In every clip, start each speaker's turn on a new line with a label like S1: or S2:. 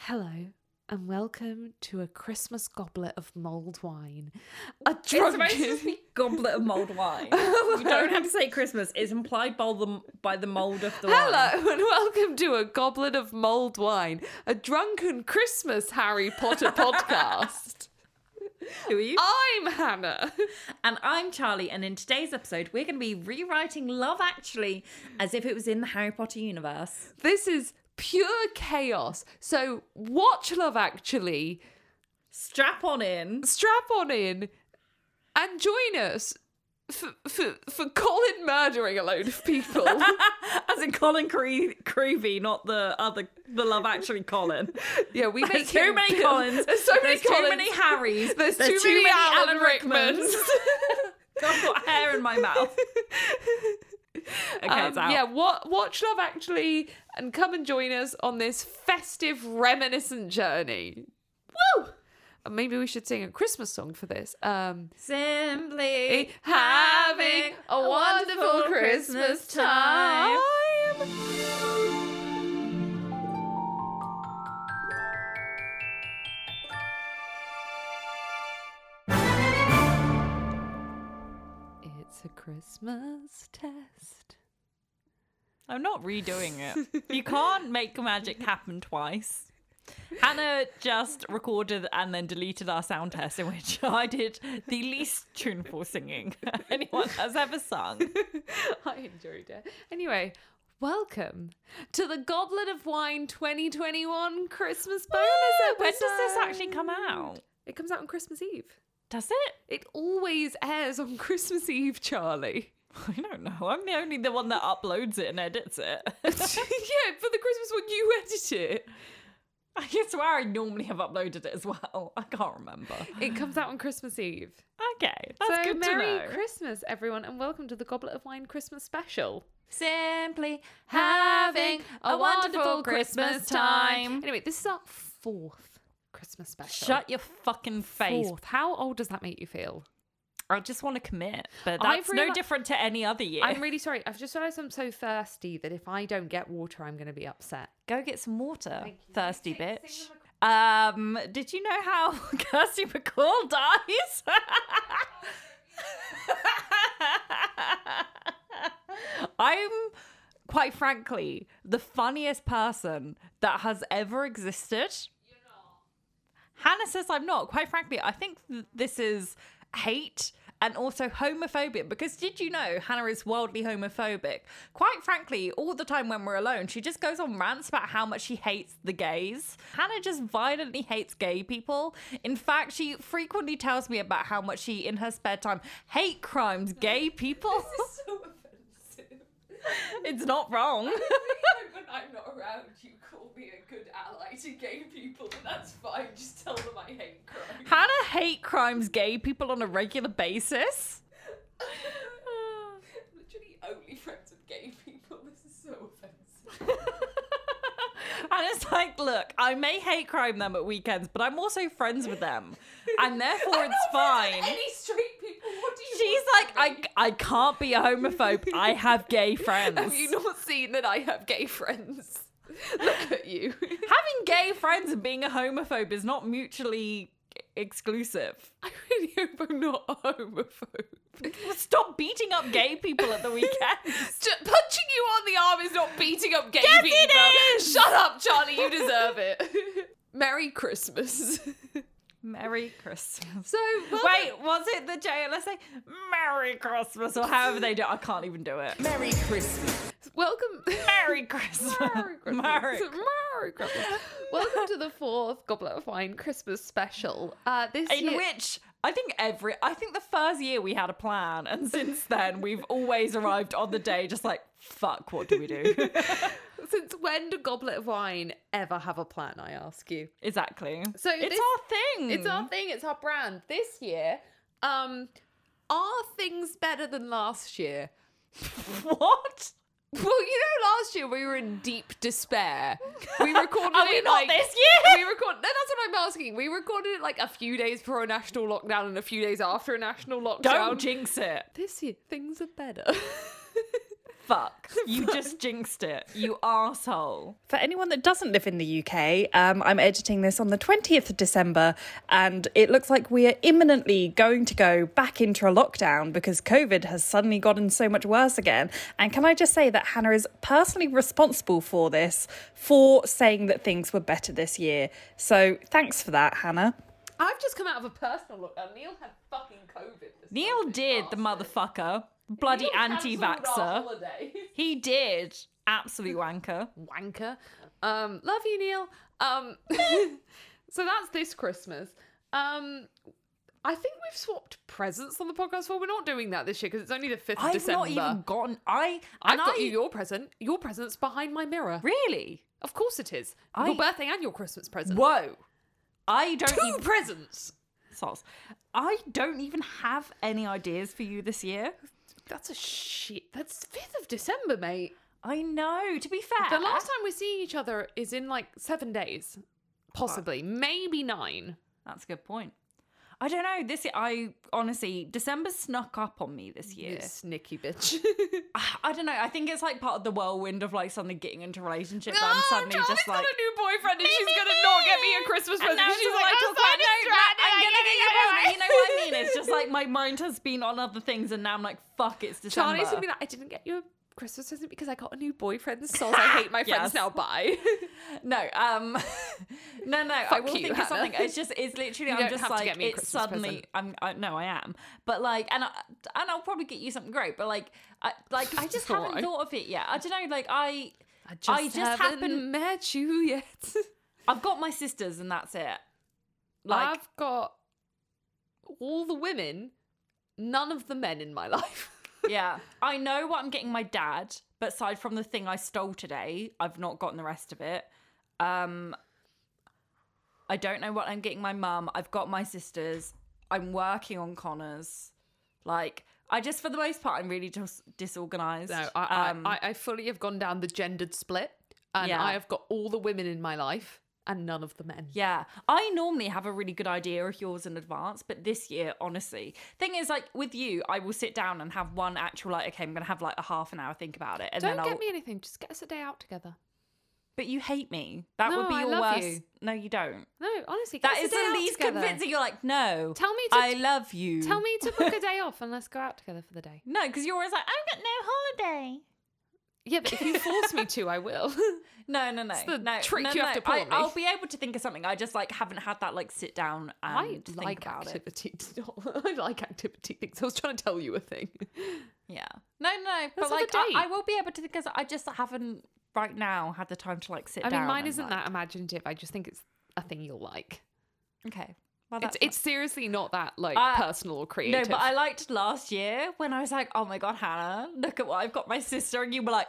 S1: Hello and welcome to a Christmas goblet of mulled wine. A
S2: It's
S1: drunken
S2: supposed to just be goblet of mulled wine. you don't have to say Christmas. It's implied by the by the mold of the wine.
S1: Hello and welcome to a goblet of mulled wine, a drunken Christmas Harry Potter podcast.
S2: Who are you?
S1: I'm Hannah.
S2: And I'm Charlie. And in today's episode, we're going to be rewriting Love Actually as if it was in the Harry Potter universe.
S1: This is pure chaos. So watch Love Actually,
S2: Strap on in.
S1: strap on in, and join us for for, for Colin murdering a load of people.
S2: as in Colin Cre- Creevy, not the other the Love Actually Colin.
S1: yeah, we make
S2: There's too
S1: him-
S2: many Collins.
S1: There's so many
S2: There's
S1: Collins.
S2: too many Harrys.
S1: There's too many Alan Rickmans.
S2: I've got hair in my mouth. Okay,
S1: Um,
S2: it's out.
S1: Yeah, wa- watch Love Actually and come and join us on this festive, reminiscent journey. Woo! And maybe we should sing a Christmas song for this. Um,
S2: Simply
S1: having a wonderful Christmas time. It's a Christmas test.
S2: I'm not redoing it. You can't make magic happen twice. Hannah just recorded and then deleted our sound test in which I did the least tuneful singing anyone has ever sung.
S1: I enjoyed it. Anyway, welcome to the Goblet of Wine 2021 Christmas bonus episode.
S2: When does this actually come out?
S1: It comes out on Christmas Eve.
S2: Does it?
S1: It always airs on Christmas Eve, Charlie.
S2: I don't know. I'm the only the one that uploads it and edits it.
S1: yeah, for the Christmas one, you edit it.
S2: I swear I normally have uploaded it as well. I can't remember.
S1: It comes out on Christmas Eve.
S2: Okay, that's
S1: so
S2: good
S1: Merry
S2: to know.
S1: Christmas, everyone, and welcome to the Goblet of Wine Christmas special.
S2: Simply
S1: Anyway, this is our fourth Christmas special.
S2: Shut your fucking face.
S1: Fourth. How old does that make you feel?
S2: I just want to commit, but
S1: I've
S2: that's no
S1: reali-
S2: different to any other year.
S1: I'm really sorry. I've just realised I'm so thirsty that if I don't get water, I'm going to be upset.
S2: Go get some water,
S1: you.
S2: thirsty
S1: Take-
S2: bitch.
S1: sing them
S2: Um, did you know how Kirsty McCall dies? I'm quite frankly the funniest person that has ever existed. Hannah says I'm not. Quite frankly, I think th- this is hate and also homophobia because did you know Hannah is wildly homophobic? Quite frankly, all the time when we're alone, she just goes on rants about how much she hates the gays. Hannah just violently hates gay people. In fact, she frequently tells me about how much she, in her spare time, hate crimes, gay people.
S1: so offensive.
S2: it's not wrong.
S1: when I'm not around, you call me a good ally to gay people, and that's fine. Just tell them I hate crime.
S2: Hannah hate crimes, gay people on a regular basis.
S1: Literally only friends with gay people. This is so offensive.
S2: and it's like, look, I may hate crime them at weekends, but I'm also friends with them, and therefore it's fine.
S1: Any straight people? What do you?
S2: She's like, I, I can't be a homophobe. I have gay friends.
S1: Have you not seen that I have gay friends? Look at you.
S2: Having gay friends and being a homophobe is not mutually exclusive.
S1: I really hope I'm not a homophobe.
S2: Stop beating up gay people at the weekends.
S1: Ju- punching you on the arm is not beating up gay
S2: Yes, it
S1: people.
S2: is!
S1: Shut up, Charlie. You deserve it. Merry Christmas.
S2: Merry Christmas.
S1: so welcome-
S2: Wait, was it the JLSA? Merry Christmas, or however they do. I can't even do it.
S3: Merry Christmas.
S1: welcome.
S2: Merry Christmas.
S1: Merry Christmas.
S2: Merry
S1: Merry Christmas. Welcome to the fourth Goblet of Wine Christmas special. Uh, this
S2: In
S1: year,
S2: which I think every I think the first year we had a plan, and since then we've always arrived on the day just like fuck. What do we do?
S1: since when do Goblet of Wine ever have a plan? I ask you.
S2: exactly.
S1: So
S2: it's
S1: this-
S2: our thing.
S1: It's our thing. It's our brand. This year, um, are things better than last year?
S2: what?
S1: Well, you know, last year we were in deep despair. We recorded
S2: Are we
S1: it
S2: not
S1: like
S2: this year?
S1: we recorded. No, that's what I'm asking. We recorded it like a few days before a national lockdown and a few days after a national lockdown.
S2: Don't jinx it.
S1: this year things are better.
S2: Fuck. You just jinxed it. You asshole.
S3: For anyone that doesn't live in the UK, um, I'm editing this on the 20th of December, and it looks like we are imminently going to go back into a lockdown because COVID has suddenly gotten so much worse again. And can I just say that Hannah is personally responsible for this, for saying that things were better this year. So thanks for that, Hannah.
S1: I've just come out of a personal lockdown. Neil had fucking COVID. This
S2: Neil did the motherfucker. Bloody anti vaxxer. He did. Absolute wanker.
S1: wanker. Um, love you, Neil. Um, so that's this Christmas. Um, I think we've swapped presents on the podcast. Well, we're not doing that this year because it's only the 5th of
S2: I've
S1: December.
S2: not even gotten. I.
S1: I've
S2: and
S1: got
S2: I-
S1: you your present. Your present's behind my mirror.
S2: Really?
S1: Of course it is.
S2: I-
S1: Your birthday and your Christmas present.
S2: Whoa. I don't.
S1: Two
S2: even-
S1: presents.
S2: Soz. I don't even have any ideas for you this year.
S1: That's a shit. That's 5th of December, mate.
S2: I know. To be fair,
S1: The last time we're seeing each other is in like seven days, possibly, maybe nine.
S2: That's a good point. I don't know. This I honestly December snuck up on me this year.
S1: Snicky bitch.
S2: I, I don't know. I think it's like part of the whirlwind of like suddenly getting into a relationship
S1: No,
S2: and suddenly
S1: Charlie's
S2: just like
S1: got a new boyfriend and she's gonna not get me a Christmas
S2: And
S1: present.
S2: now
S1: She's
S2: it's just,
S1: like, "Oh,
S2: talking
S1: I'm so distracted.
S2: I'm
S1: I
S2: gonna
S1: need
S2: get
S1: to
S2: your
S1: away."
S2: present. You know what I mean? It's just like my mind has been on other things and now I'm like, fuck, it's December.
S1: Charlie's gonna be like, I didn't get you a Christmas present because I got a new boyfriend. So I hate my friends
S2: Yes.
S1: now. Bye.
S2: No, um, no, no. I
S1: Fuck
S2: will
S1: you,
S2: think
S1: Hannah.
S2: of something. It's just, it's literally.
S1: You
S2: I'm
S1: don't
S2: just
S1: have to
S2: like,
S1: get me a
S2: it's
S1: Christmas
S2: suddenly.
S1: present.
S2: I'm. I, no, I am. But like, and I, and I'll probably get you something great. But like, I like I just haven't
S1: Alright.
S2: thought of it yet. I don't know. Like I,
S1: I just,
S2: I just
S1: haven't
S2: happen-
S1: met you yet.
S2: I've got my sisters and that's it. Like
S1: I've got all the women, none of the men in my life.
S2: yeah, I know what I'm getting my dad. But aside from the thing I stole today, I've not gotten the rest of it. Um, I don't know what I'm getting my mum. I've got my sisters. I'm working on Connor's. Like, I just, for the most part, I'm really just disorganized.
S1: No, I,
S2: Um,
S1: I, I, I fully have gone down the gendered split, and
S2: Yeah.
S1: I have got all the women in my life and none of the men.
S2: yeah, I normally have a really good idea of yours in advance, but this year, honestly, thing is, like with you, I will sit down and have one actual like, okay, I'm gonna have like a half an hour think about it, and
S1: Don't
S2: then
S1: get
S2: I'll.
S1: me anything. Just get us a day out together.
S2: But you hate me. That would
S1: No,
S2: be
S1: I
S2: your
S1: love
S2: worst.
S1: you.
S2: No, you don't.
S1: No, honestly, get
S2: That
S1: us
S2: is
S1: a day
S2: the
S1: out
S2: least
S1: together.
S2: convincing. You're like, no.
S1: Tell me to-
S2: I love you.
S1: Tell me to book a day off and let's go out together for the day.
S2: No, because you're always like, I've got no holiday.
S1: Yeah, but if you force me to, I will.
S2: No, no, no.
S1: the
S2: no,
S1: trick
S2: no,
S1: you have
S2: no.
S1: to pull
S2: I,
S1: on me.
S2: I'll be able to think of something. I just like haven't had that like sit down and
S1: I
S2: think
S1: like
S2: about it.
S1: activity. I like activity things. I was trying to tell you a thing.
S2: Yeah. No, no. But
S1: have a
S2: like, I,
S1: date.
S2: I will be able to because I just haven't right now had the time to like sit
S1: I
S2: down.
S1: mean, mine
S2: and,
S1: isn't
S2: like-
S1: that imaginative. I just think it's a thing you'll like.
S2: Okay. Well,
S1: It's,
S2: that's
S1: it's seriously not that like Uh,
S2: I-
S1: personal or
S2: fine. no,
S1: creative.
S2: but I liked last year when I was like, oh my god, Hannah, look at what I've got my sister, and you were like,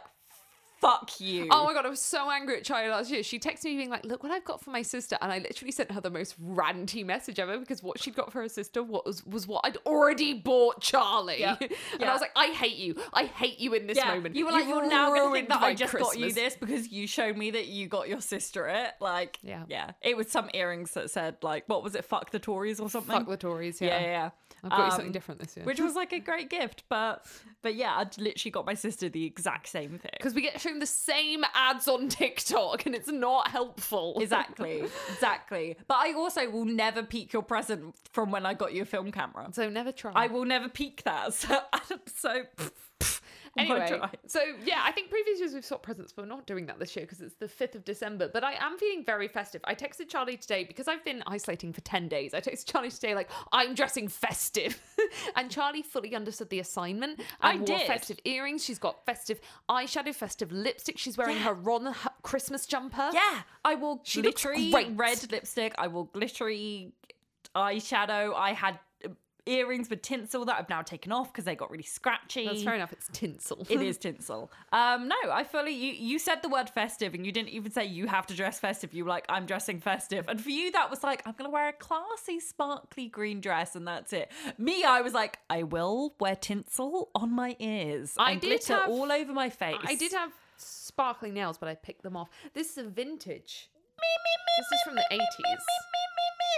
S2: fuck you.
S1: Oh my god, I was so angry at Charlie last year. She texted me being like, "Look what I've got for my sister," and I literally sent her the most ranty message ever because what she'd got for her sister was was what I'd already bought Charlie,
S2: Yeah.
S1: and I
S2: Yeah.
S1: was like, "I hate you. I hate you in this moment."
S2: You were like, you're now going to think
S1: ruined
S2: that
S1: my
S2: I just got you
S1: Christmas."
S2: this because you showed me that you got your sister it. Like,
S1: Yeah.
S2: yeah. It was some earrings that said like, what was it? Fuck the Tories or something.
S1: Fuck the Tories. Yeah,
S2: yeah, yeah. yeah.
S1: I've got you something
S2: Um,
S1: different this year.
S2: Which was like a great gift, but but yeah, I literally got my sister the exact same thing.
S1: because we get shown the same ads on TikTok and it's not helpful.
S2: Exactly, exactly. But I also will never peek your present from when I got you a film camera.
S1: So never try.
S2: I will never peek that. So so.
S1: Anyway,
S2: try.
S1: so yeah, I think previous years we've sought presents, but we're not doing that this year because it's the 5th of December. But I am feeling very festive. I texted Charlie today because I've been isolating for 10 days. I texted Charlie today, like, I'm dressing festive. and Charlie fully understood the assignment.
S2: I
S1: and wore
S2: did.
S1: festive earrings. She's got festive eyeshadow, festive lipstick. She's wearing
S2: Yeah.
S1: her Ron H- Christmas jumper.
S2: Yeah, I wore
S1: She looks
S2: glittery
S1: great.
S2: red lipstick. I wore glittery eyeshadow. I had uh, earrings with tinsel that I've now taken off because they got really scratchy.
S1: That's fair enough. It's tinsel.
S2: It is tinsel. Um, no, I fully you. You said the word festive, and you didn't even say you have to dress festive. You were like, I'm dressing festive, and for you that was like, I'm gonna wear a classy, sparkly green dress, and that's it. Me, I was like, I will wear tinsel on my ears.
S1: I
S2: and
S1: did
S2: glitter
S1: have-
S2: all over my face.
S1: I did have sparkling nails, but I picked them off. This is a vintage. This is from the 80s.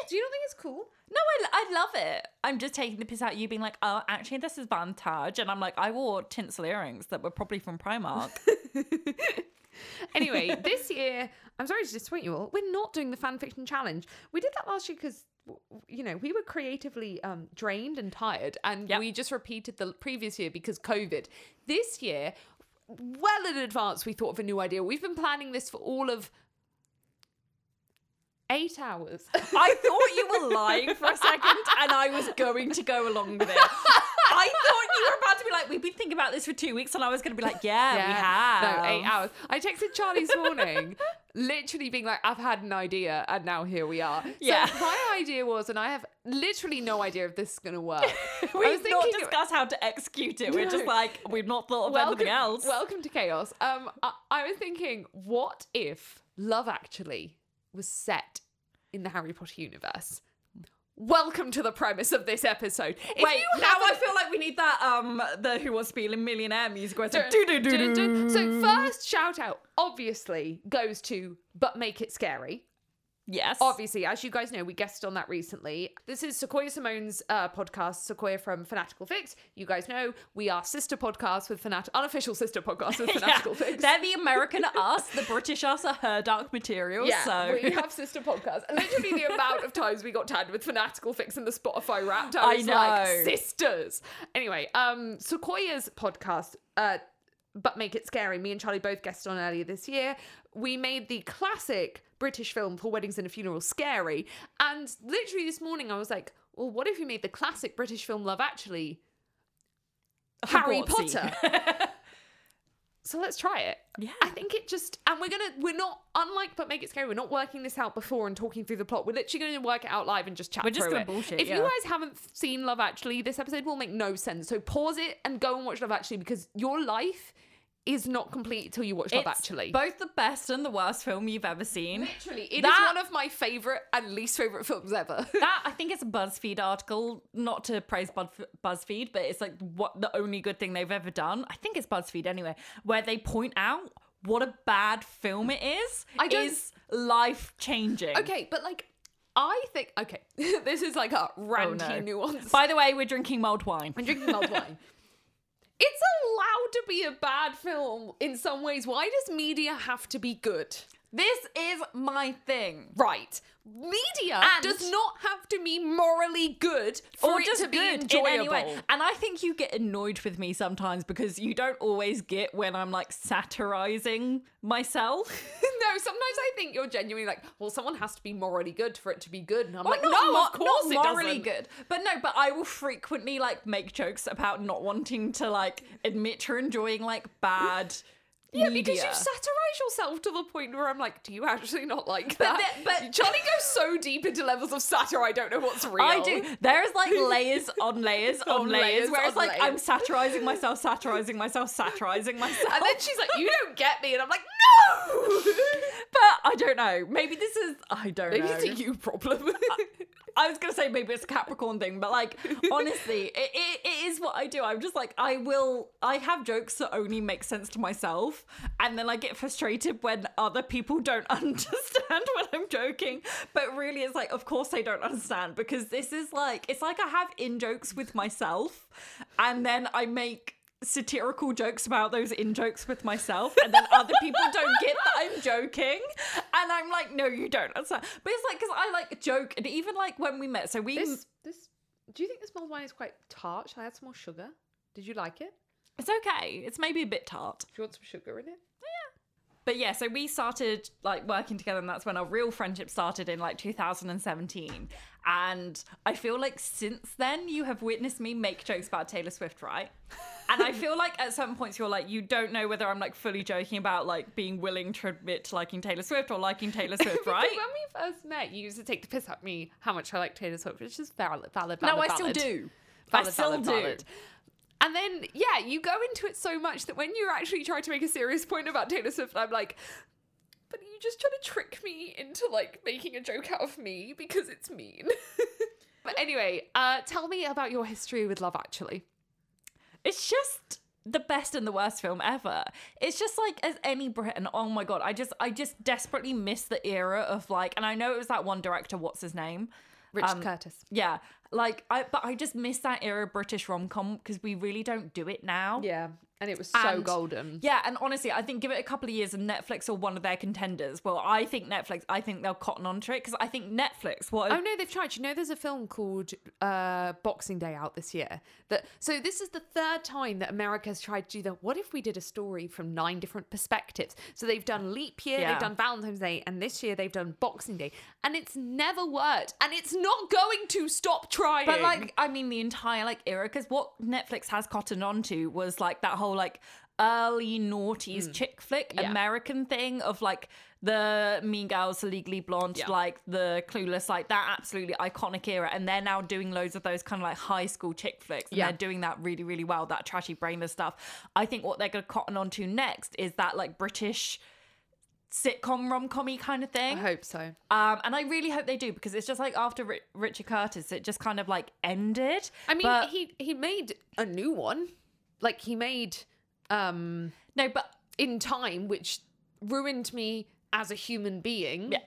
S1: Do you not think it's cool?
S2: No, I, I love it. I I'm just taking the piss out of you being like, oh, actually, this is Vantage. And I'm like, I wore tinsel earrings that were probably from Primark.
S1: Anyway, this year, I'm sorry to disappoint you all. We're not doing the fan fiction challenge. We did that last year because you know we were creatively um, drained and tired, and
S2: Yep.
S1: we just repeated the previous year because COVID. This year, well in advance, we thought of a new idea. We've been planning this for all of eight hours.
S2: I thought you were lying for a second and I was going to go along with it. I thought you were about to be like, we've been thinking about this for two weeks, and I was going to be like, yeah,
S1: No,
S2: we have.
S1: eight hours. I texted Charlie this morning, literally being like, I've had an idea and now here we are. So
S2: Yeah.
S1: my idea was, and I have literally no idea if this is going to work.
S2: We've
S1: I was
S2: not
S1: thinking,
S2: discussed how to execute it. We're just like, we've not thought of
S1: welcome,
S2: anything else.
S1: welcome to chaos. Um, I, I was thinking, what if Love Actually was set in the Harry Potter universe? Welcome to the premise of this episode. If
S2: Wait,
S1: you
S2: now I
S1: haven't-
S2: feel like we need that um the Who Wants to Be a Millionaire music where it's like do
S1: Dun,
S2: do do
S1: dun,
S2: do.
S1: dun. So first shout out obviously goes to but make it scary.
S2: Yes.
S1: Obviously, as you guys know, we guested on that recently. This is Sequoia Simone's uh, podcast, Sequoia from Fanatical Fix. You guys know we are sister podcasts with Fanat, unofficial sister podcasts with
S2: Yeah.
S1: Fanatical Fix.
S2: They're the American us, the British us are her dark material.
S1: yeah,
S2: so
S1: we have sister podcasts. And Literally, the amount of times we got tagged with Fanatical Fix and the Spotify Wrapped, I
S2: I
S1: was like,
S2: know.
S1: sisters. Anyway, um, Sequoia's podcast, uh, but make it scary. Me and Charlie both guested on earlier this year. We made the classic British film for weddings and a funeral scary, and literally this morning I was like, well, what if we made the classic British film Love Actually Harry
S2: Hogwartsy.
S1: Potter? so let's try it.
S2: Yeah.
S1: I think it just and we're gonna we're not unlike but make it scary. We're not working this out before and talking through the plot. We're literally gonna work it out live and just chat.
S2: We're just
S1: through
S2: gonna
S1: it.
S2: bullshit,
S1: If you
S2: yeah.
S1: guys haven't seen Love Actually, this episode will make no sense. So pause it and go and watch Love Actually because your life is not complete until you watch Love
S2: It's
S1: Actually.
S2: both the best and the worst film you've ever seen.
S1: literally, it is
S2: That-
S1: one of my favorite and least favorite films ever.
S2: That I think it's a BuzzFeed article. Not to praise Buzz, BuzzFeed, but it's like what the only good thing they've ever done. I think it's BuzzFeed anyway, where they point out what a bad film it is.
S1: I don't-
S2: is life changing.
S1: okay, but like I think okay, this is like
S2: Oh,
S1: a ranty nuance.
S2: By the way, we're drinking mulled wine.
S1: I'm drinking mulled wine. It's allowed to be a bad film in some ways. Why does media have to be good?
S2: This is my thing.
S1: Right. Media
S2: And-
S1: does not have to be morally good for
S2: Or
S1: it
S2: just
S1: to be
S2: good
S1: enjoyable.
S2: in any way. And I think you get annoyed with me sometimes because you don't always get when I'm like satirizing myself.
S1: no, sometimes I think you're genuinely like, well, someone has to be morally good for it to be good. And I'm like,
S2: Not
S1: no,
S2: mo-
S1: of course
S2: not
S1: it
S2: morally
S1: doesn't.
S2: good. But no, but I will frequently like make jokes about not wanting to like admit to enjoying like bad.
S1: Yeah, because you satirize yourself to the point where I'm like, do you actually not like
S2: But
S1: that?
S2: the- but-
S1: Charlie goes so deep into levels of satire, I don't know what's real.
S2: I do. There is like layers on layers on,
S1: On
S2: layers,
S1: layers
S2: where it's
S1: on
S2: like I'm
S1: layers.
S2: satirizing myself, satirizing myself, satirizing myself.
S1: And then she's like, you don't get me. And I'm like, no!
S2: but I don't know. Maybe this is I don't
S1: Maybe
S2: know.
S1: it's a you problem.
S2: I was gonna say maybe it's a Capricorn thing, but like honestly, it, it, it is what I do. I'm just like I will. I have jokes that only make sense to myself, and then I get frustrated when other people don't understand when I'm joking. But really, it's like of course they don't understand because this is like it's like I have in jokes with myself, and then I make satirical jokes about those in jokes with myself and then other people don't get that I'm joking and I'm like no you don't understand but it's like because I like joke and even like when we met so we
S1: This, this. Do you think this mulled wine is quite tart? Should I add some more sugar? Did you like it?
S2: it's okay it's maybe a bit tart
S1: Do you want some sugar in it?
S2: but yeah so we started like working together and that's when our real friendship started in like 2017 and I feel like since then you have witnessed me make jokes about Taylor Swift right and I feel like at certain points you're like you don't know whether I'm like fully joking about like being willing to admit to liking Taylor Swift or liking Taylor Swift
S1: Because
S2: right
S1: when we first met, you used to take the piss at me how much I like Taylor Swift, which is valid. valid, valid
S2: No, I still
S1: valid.
S2: do.
S1: Valid,
S2: I still
S1: valid,
S2: do.
S1: valid. And then, yeah, you go into it so much that when you actually try to make a serious point about Taylor Swift, I'm like, but you just trying to trick me into like making a joke out of me because it's mean. but anyway, uh, tell me about your history with Love Actually.
S2: It's just the best and the worst film ever. It's just like as any Britain. Oh my god, I just I just desperately miss the era of like, and I know it was that one director. What's his name?
S1: Richard
S2: Um,
S1: Curtis.
S2: Yeah, like I, but I just miss that era of British rom com because we really don't do it now.
S1: Yeah, and it was so
S2: And-
S1: golden.
S2: Yeah, and honestly, I think give it a couple of years and Netflix or one of their contenders. Well, I think Netflix. I think they'll cotton on to it because I think Netflix. What?
S1: Oh no, they've tried. You know, there's a film called uh, Boxing Day out this year. That so this is the third time that America's tried to do that. What if we did a story from nine different perspectives? So they've done leap year,
S2: Yeah.
S1: they've done Valentine's Day, and this year they've done Boxing Day, and it's never worked, and it's not going to stop trying.
S2: But like, I mean, the entire like era, because what Netflix has cottoned onto was like that whole like early noughties chick flick
S1: Hmm. Yeah.
S2: American thing of like the Mean Girls, the Legally Blonde,
S1: Yeah.
S2: like the Clueless, like that absolutely iconic era. And they're now doing loads of those kind of like high school chick flicks, and
S1: Yeah.
S2: they're doing that really, really well. That trashy brainless stuff. I think what they're going to cotton onto next is that like British sitcom rom commy kind of
S1: I
S2: thing.
S1: hope so.
S2: Um, and I really hope they do because it's just like after Ri- Richard Curtis, it just kind of like ended.
S1: I mean,
S2: But-
S1: he he made a new one, like he made um
S2: no, but
S1: in time, which ruined me as a human being.
S2: yeah.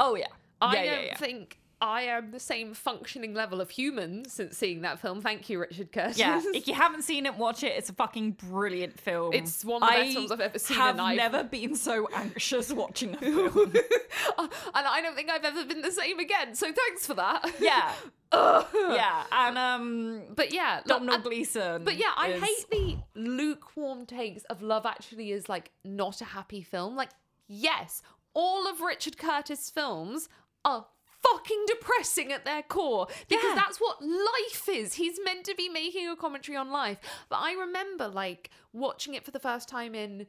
S2: Oh yeah.
S1: I
S2: yeah, yeah,
S1: don't
S2: yeah.
S1: think I am the same functioning level of human since seeing that film. Thank you, Richard Curtis.
S2: yeah, if you haven't seen it, watch it. It's a fucking brilliant film.
S1: It's one of the best films I've ever seen,
S2: Have
S1: and I've-
S2: never been so anxious watching a film.
S1: and I don't think I've ever been the same again. So thanks for that.
S2: yeah, yeah, and um,
S1: But yeah, look,
S2: Domhnall
S1: and-
S2: Gleeson.
S1: But yeah, I
S2: um, is-
S1: hate the lukewarm takes of Love Actually is like not a happy film. Like, yes, all of Richard Curtis' films are fucking depressing at their core because
S2: Yeah.
S1: that's what life is. He's meant to be making a commentary on life. But I remember like watching it for the first time in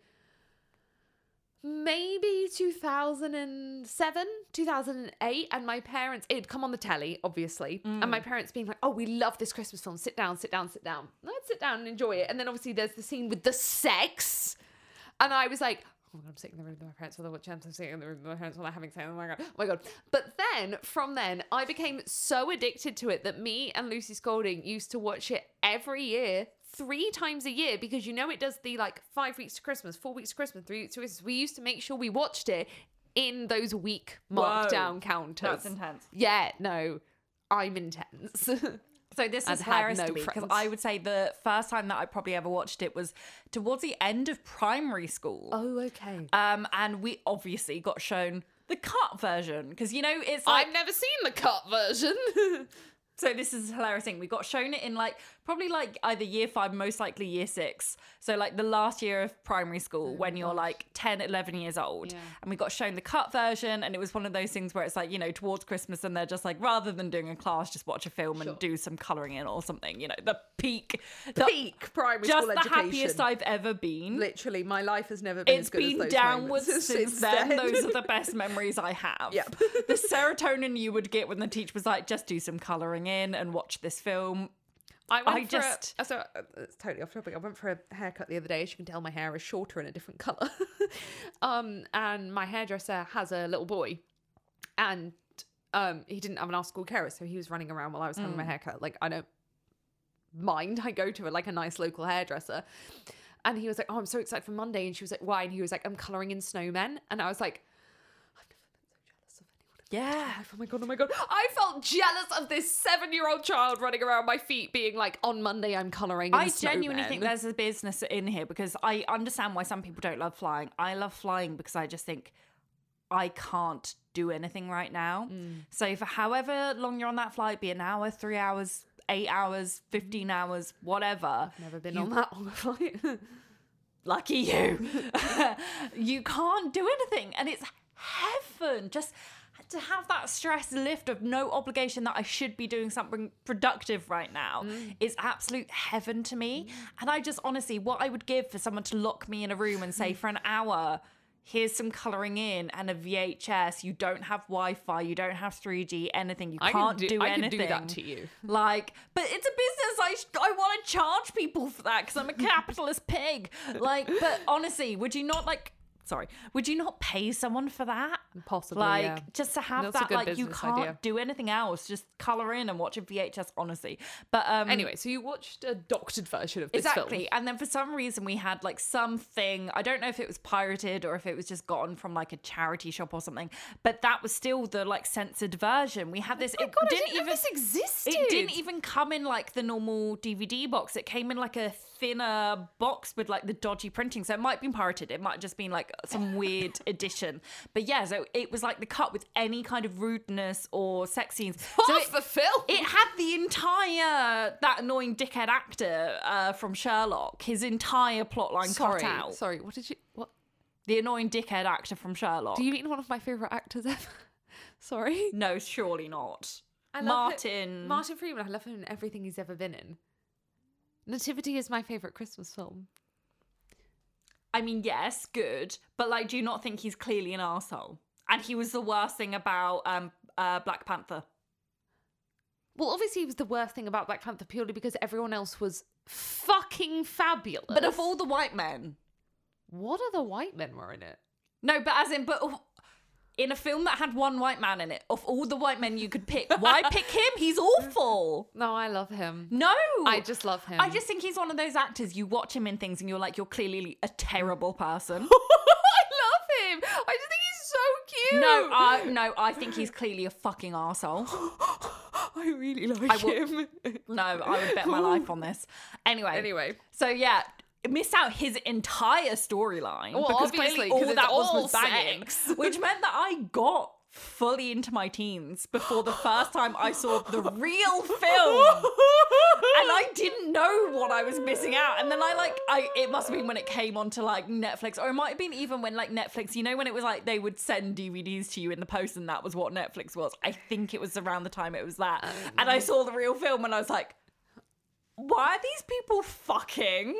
S1: maybe 2007 2008 and my parents it'd come on the telly obviously and my parents being like oh we love this christmas film sit down sit down sit down And i'd sit down and enjoy it and then obviously there's the scene with the sex and i was like oh my god i'm sitting in the room with my parents while they're watching i'm sitting in the room with my parents while they're having sex oh my god oh my god but then from then i became so addicted to it that me and lucy scolding used to watch it every year three times a year because you know it does the like five weeks to Christmas, four weeks to Christmas, three weeks to Christmas. We used to make sure we watched it in those week markdown counters.
S2: That's intense.
S1: Yeah, no, I'm intense.
S2: So this
S1: and
S2: is
S1: had
S2: hilarious
S1: no
S2: to me because
S1: friends.
S2: I would say the first time that I probably ever watched it was towards the end of primary school.
S1: oh, okay.
S2: Um, and we obviously got shown the cut version because you know it's like
S1: I've never seen the cut version.
S2: so this is a hilarious thing. We got shown it in like probably like either year five, most likely year six. So like the last year of primary school when you're like 10, 11 years old.
S1: Oh Yeah.
S2: And we got shown the cut version. And it was one of those things where it's like, you know, towards Christmas and they're just like, rather than doing a class, just watch a film
S1: Sure.
S2: and do some colouring in or something, you know, the peak. The,
S1: Peak primary
S2: Just
S1: school
S2: the
S1: education.
S2: happiest I've ever been.
S1: Literally, my life has never been
S2: It's been downwards since, then. Those are the best memories I have.
S1: Yep.
S2: the serotonin you would get when the teacher was like, just do some colouring in and watch this film.
S1: I went
S2: I
S1: for
S2: just-
S1: A, oh, sorry, uh, it's totally off topic. I went for a haircut the other day. As you can tell, my hair is shorter and a different color. um, and my hairdresser has a little boy, and um, he didn't have an after-school carer, so he was running around while I was
S2: Hmm.
S1: having my haircut. Like I don't mind. I go to like a nice local hairdresser, and he was like, "Oh, I'm so excited for Monday," and she was like, "Why?" And he was like, "I'm coloring in snowmen," and I was like.
S2: Yeah.
S1: Oh my god, oh my god. I felt jealous of this seven year old child running around my feet being like, on Monday I'm colouring. in
S2: I genuinely
S1: snowmen."
S2: think there's a business in here because I understand why some people don't love flying. I love flying because I just think I can't do anything right now.
S1: Mm.
S2: So for however long you're on that flight, be an hour, three hours, eight hours, fifteen hours, whatever.
S1: never been on that long a flight.
S2: lucky you. you can't do anything. And it's heaven just to have that stress lift of no obligation that I should be doing something productive right now
S1: Mm.
S2: is absolute heaven to me. And I just honestly, what I would give for someone to lock me in a room and say, for an hour, here's some colouring in and a VHS. You don't have Wi Fi, you don't have 3G, anything. You
S1: I can
S2: can't
S1: do-
S2: do
S1: I can do
S2: anything.
S1: that to you.
S2: Like, but it's a business. I sh- I want to charge people for that because I'm a capitalist pig. Like, but honestly, would you not like sorry, would you not pay someone for that?
S1: Possibly,
S2: Like
S1: yeah.
S2: just to have
S1: That's a
S2: that,
S1: good
S2: like you
S1: business
S2: can't
S1: idea.
S2: do anything else. Just color in and watch a VHS. Honestly, but um,
S1: Anyway, so you watched a doctored version of this
S2: Exactly.
S1: film.
S2: And then for some reason we had like something, I don't know if it was pirated or if it was just gotten from like a charity shop or something, but that was still the like censored version. We had this
S1: Oh my
S2: it
S1: God, I
S2: didn't
S1: didn't know
S2: even
S1: this existed.
S2: It didn't even come in like the normal DVD box. It came in like a thinner box with like the dodgy printing. So it might have been pirated. It might have just been like some weird edition. But yeah, so it was like the cut with any kind of rudeness or sex scenes. so
S1: Half
S2: it-
S1: the film.
S2: it had the entire that annoying dickhead actor uh, from Sherlock, his entire plotline
S1: sorry,
S2: cut out.
S1: sorry. What did you? What
S2: The annoying dickhead actor from Sherlock.
S1: do you mean? One of my favorite actors ever. sorry,
S2: No, surely not.
S1: I love
S2: Martin.
S1: him- Martin Freeman. I love him in everything he's ever been in. Nativity is my favorite Christmas film.
S2: I mean, yes, good, but like, do you not think he's clearly an asshole? And he was the worst thing about um, uh, Black Panther.
S1: Well, obviously, he was the worst thing about Black Panther purely because everyone else was fucking fabulous.
S2: But of all the white men,
S1: what other white men were in it?
S2: no, but as in, but. of- In a film that had one white man in it, of all the white men you could pick, why pick him? He's awful.
S1: No, I love him.
S2: No,
S1: I just love him.
S2: I just think he's one of those actors you watch him in things and you're like, you're clearly a terrible person.
S1: I love him. I just think he's so cute.
S2: no, I, no, I think he's clearly a fucking asshole.
S1: I really like
S2: will-
S1: him.
S2: No, I would bet my life on this. Anyway,
S1: Anyway.
S2: so yeah, missed out his entire storyline
S1: Well,
S2: because
S1: obviously,
S2: clearly
S1: 'cause
S2: all
S1: it's
S2: that was
S1: all
S2: was banging,
S1: sex.
S2: which meant that I got fully into my teens before the first time I saw the real film. and I didn't know what I was missing out. And then I like, I it must have been when it came onto like Netflix, or it might have been even when like Netflix, you know, when it was like they would send DVDs to you in the post, and that was what Netflix was. I think it was around the time it was that. And I saw the real film, and I was like, why are these people fucking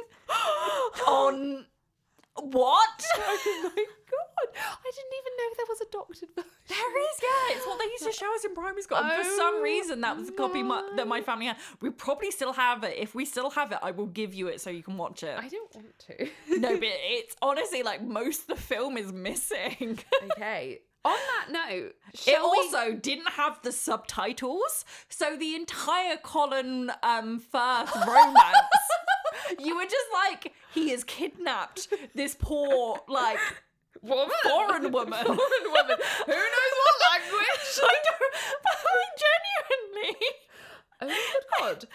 S2: on what?
S1: God, I didn't even know there was a doctored version.
S2: There is, yeah. It's what they used to show us in primary school. And for
S1: Oh
S2: some reason, that was the copy my, that my family had. We probably still have it. If we still have it, I will give you it so you can watch it.
S1: I don't want to.
S2: no, but it's honestly like most of the film is missing.
S1: okay. On that note,
S2: it
S1: shall we-
S2: also didn't have the subtitles, so the entire Colin um, Firth romance. You were just like, he has kidnapped this poor, like,
S1: woman. Foreign
S2: foreign woman.
S1: woman. Who knows what language?
S2: I don't, but I genuinely.
S1: Oh my god.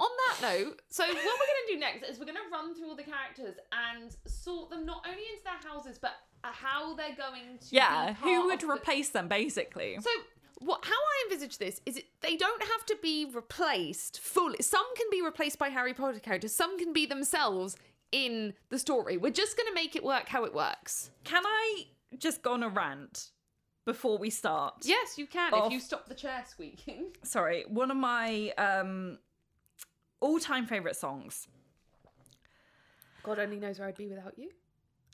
S1: On that note, so what we're going to do next is we're going to run through all the characters and sort them not only into their houses but uh, how they're going to.
S2: Yeah,
S1: be
S2: who
S1: part
S2: would
S1: of the-
S2: replace them basically?
S1: So what? How I envisage this is it, they don't have to be replaced fully. Some can be replaced by Harry Potter characters. Some can be themselves in the story. We're just going to make it work how it works.
S2: Can I just go on a rant before we start?
S1: Yes, you can
S2: Oh.
S1: if you stop the chair squeaking.
S2: Sorry, one of my um all-time favorite songs.
S1: God only knows where I'd be without you.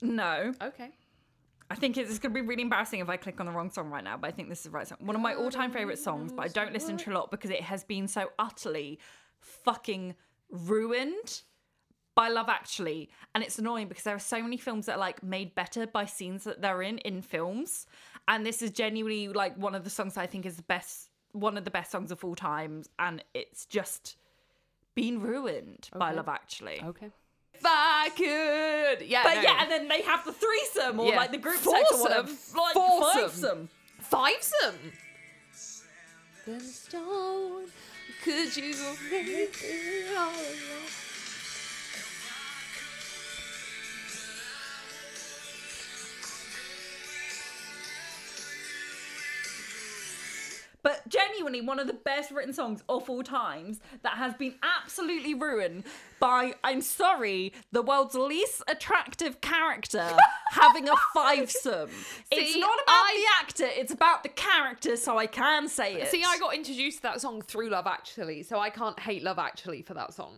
S2: No,
S1: Okay.
S2: I think it's, it's going to be really embarrassing if I click on the wrong song right now, but I think this is the right song. One of my all-time favorite songs, but I don't listen to a lot because it has been so utterly fucking ruined by Love Actually, and it's annoying because there are so many films that are like made better by scenes that they're in in films, and this is genuinely like one of the songs I think is the best, one of the best songs of all time, and it's just been ruined by
S1: Okay.
S2: Love Actually.
S1: Okay. If I could. Yeah.
S2: But
S1: no.
S2: yeah, and then they have the threesome or
S1: Yeah.
S2: like the group sex or whatever.
S1: Foursome.
S2: Like
S1: Foursome.
S2: fivesome.
S1: fivesome. Then stone, could you make it all alone?
S2: But genuinely, one of the best written songs of all times that has been absolutely ruined by, I'm sorry, the world's least attractive character having a fivesome. it's
S1: See,
S2: not about
S1: I-
S2: the actor, it's about the character, so I can say it.
S1: See, I got introduced to that song through Love Actually, so I can't hate Love Actually for that song.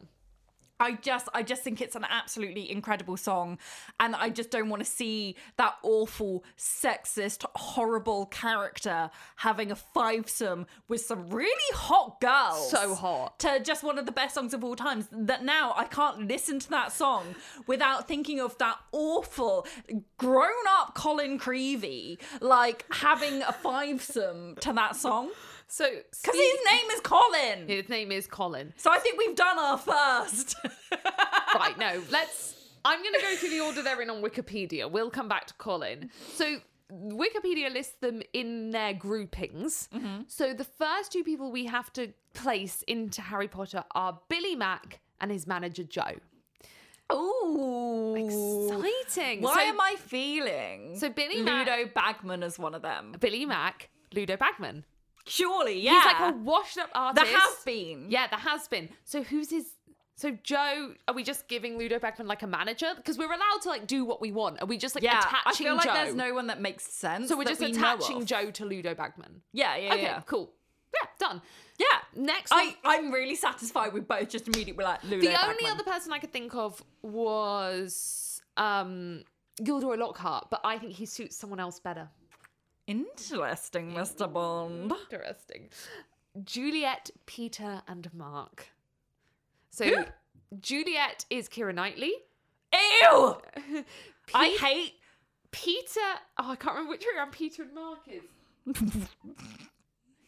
S2: I just I just think it's an absolutely incredible song and I just don't want to see that awful sexist horrible character having a fivesome with some really hot girls
S1: So hot.
S2: to just one of the best songs of all times that now I can't listen to that song without thinking of that awful grown up Colin Creevy like having a fivesome to that song
S1: So
S2: because
S1: Steve-
S2: his name is Colin
S1: his name is Colin.
S2: so I think we've done our first
S1: right, no, let's. I'm going to go through the order they're in on Wikipedia. We'll come back to Colin. So, Wikipedia lists them in their groupings. So, the first two people we have to place into Harry Potter are Billy Mack and his manager Joe.
S2: Ooh.
S1: Exciting.
S2: Why
S1: So-
S2: am I feeling
S1: So Billy
S2: Ludo
S1: Mac-
S2: Bagman is one of them?
S1: Billy Mack, Ludo Bagman.
S2: Surely, yeah.
S1: He's like a washed up artist.
S2: the has been.
S1: Yeah, there has been. So who's his? So Joe, are we just giving Ludo Bagman like a manager? Because we're allowed to like do what we want. Are we just like
S2: yeah. I
S1: attaching
S2: feel like
S1: Joe?
S2: there's no one that makes sense.
S1: so we're
S2: that
S1: just
S2: we know
S1: attaching
S2: of.
S1: Joe to Ludo Bagman.
S2: Yeah, yeah,
S1: okay,
S2: yeah.
S1: cool. Yeah, done.
S2: Yeah.
S1: Next, one-
S2: I, I'm really satisfied with both. Just immediately, we're like Ludo
S1: the only
S2: Bagman.
S1: other person I could think of was um Gilderoy Lockhart, but I think he suits someone else better.
S2: interesting, Mr. Bond.
S1: Interesting. Juliet, Peter, and Mark. So
S2: Who?
S1: Juliet is Kira Knightley.
S2: Ew! I
S1: Pete-
S2: hate.
S1: Peter. Oh, I can't remember which way around Peter and Mark is.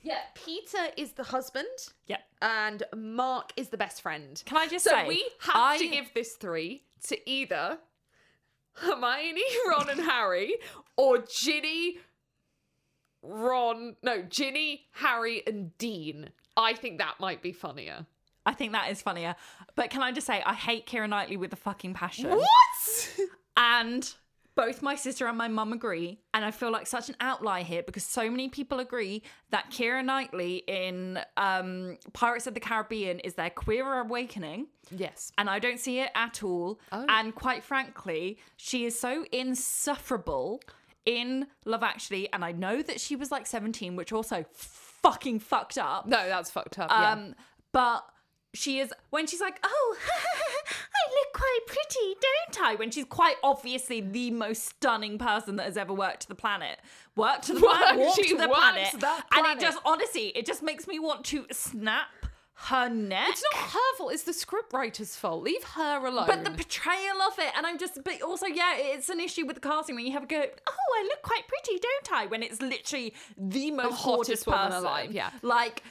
S1: yeah, Peter is the husband,
S2: Yeah.
S1: and Mark is the best friend.
S2: Can I just
S1: So
S2: say
S1: we have
S2: I,
S1: to give this three to either Hermione, Ron, and Harry, or Ginny, Ron. No, Ginny, Harry, and Dean. I think that might be funnier.
S2: I think that is funnier. But can I just say I hate Kira Knightley with a fucking passion.
S1: What?
S2: And both my sister and my mum agree. And I feel like such an outlier here because so many people agree that Kira Knightley in um, Pirates of the Caribbean is their queer awakening.
S1: yes.
S2: And I don't see it at all.
S1: Oh.
S2: And quite frankly, she is so insufferable in Love Actually. And I know that she was like 17, which also fucking fucked up.
S1: No, that's fucked up. yeah.
S2: Um, but she is when she's like, "Oh, I look quite pretty, don't I?" When she's quite obviously the most stunning person that has ever worked the planet, worked the planet,
S1: Worked-
S2: walked
S1: she
S2: the
S1: works
S2: planet,
S1: that
S2: and
S1: planet.
S2: it just honestly, it just makes me want to snap her neck.
S1: It's not her fault. It's the scriptwriter's fault. Leave her alone.
S2: but the portrayal of it, and I'm just, but also, yeah, it's an issue with the casting when you have a go. Oh, I look quite pretty, don't I? When it's literally the most
S1: hottest
S2: hottest,
S1: woman
S2: person
S1: alive, yeah.
S2: like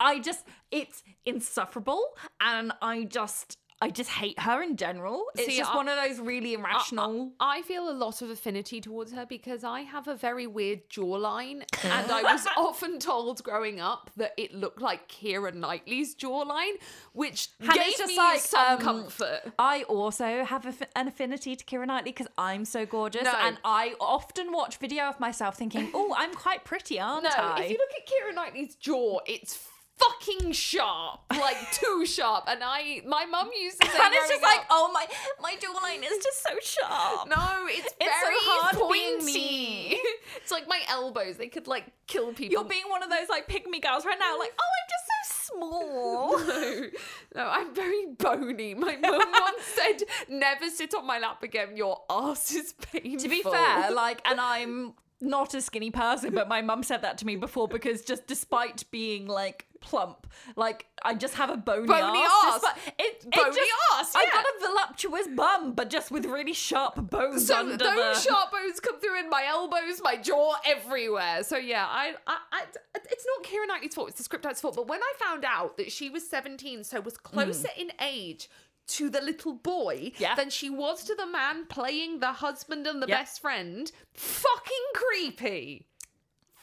S2: I just, it's insufferable, and I just, I just hate her in general. It's
S1: See,
S2: just
S1: I-
S2: one of those really irrational.
S1: I feel a lot of affinity towards her because I have a very weird jawline, and I was often told growing up that it looked like Kira Knightley's jawline, which gave
S2: it's just
S1: me
S2: like,
S1: some
S2: um,
S1: comfort.
S2: I also have a, an affinity to Kira Knightley because I'm so gorgeous,
S1: No.
S2: and I often watch video of myself thinking, "Oh, I'm quite pretty, aren't
S1: No,
S2: I?"
S1: if you look at Kira Knightley's jaw, it's fucking sharp, like too sharp. And I, my mum used to say,
S2: and it's
S1: growing
S2: just like,
S1: up,
S2: oh my, my jawline is just so sharp.
S1: No, it's,
S2: so
S1: very
S2: hard being
S1: pointy.
S2: me.
S1: It's like my elbows; they could like kill people.
S2: You're being one of those like pick me girls right now, like, oh, I'm just so small.
S1: No, no, I'm very bony. My mum once said, "Never sit on my lap again. Your ass is painful."
S2: to be fair, like, and I'm not a skinny person, but my mum said that to me before because just despite being like plump, like I just have a bony,
S1: Bony
S2: arse.
S1: arse.
S2: Despite- it, it
S1: Bony
S2: just-
S1: arse,
S2: I've got
S1: yeah.
S2: a voluptuous bum, but just with really sharp bones
S1: so
S2: under
S1: those
S2: the.
S1: sharp bones come through in my elbows, my jaw, everywhere. So yeah, I, I, I it's not Kira Knightley's fault; it's the scriptwriter's fault. But when I found out that she was 17, so was
S2: Hmm.
S1: closer in age. To the little boy
S2: Yeah.
S1: than she was to the man playing the husband and the
S2: Yep.
S1: best friend. Fucking creepy.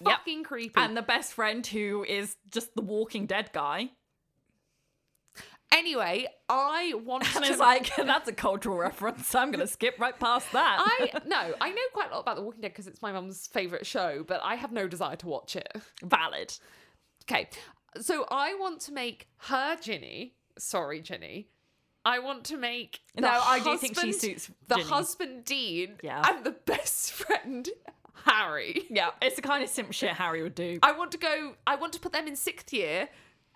S2: Yep.
S1: Fucking creepy.
S2: and the best friend who is just the Walking Dead guy.
S1: anyway, I want
S2: And
S1: to
S2: it's like, that's a cultural reference. So I'm going to skip right past that.
S1: I no, I know quite a lot about The Walking Dead because it's my mum's favorite show, but I have no desire to watch it.
S2: Valid.
S1: Okay, so I want to make her Ginny. Sorry, Ginny. I want to make the
S2: No, I do think she
S1: husband-
S2: suits
S1: the
S2: Ginny.
S1: husband Dean
S2: Yeah.
S1: and the best friend Harry.
S2: Yeah, it's the kind of simp shit Harry would do.
S1: I want to go. I want to put them in sixth year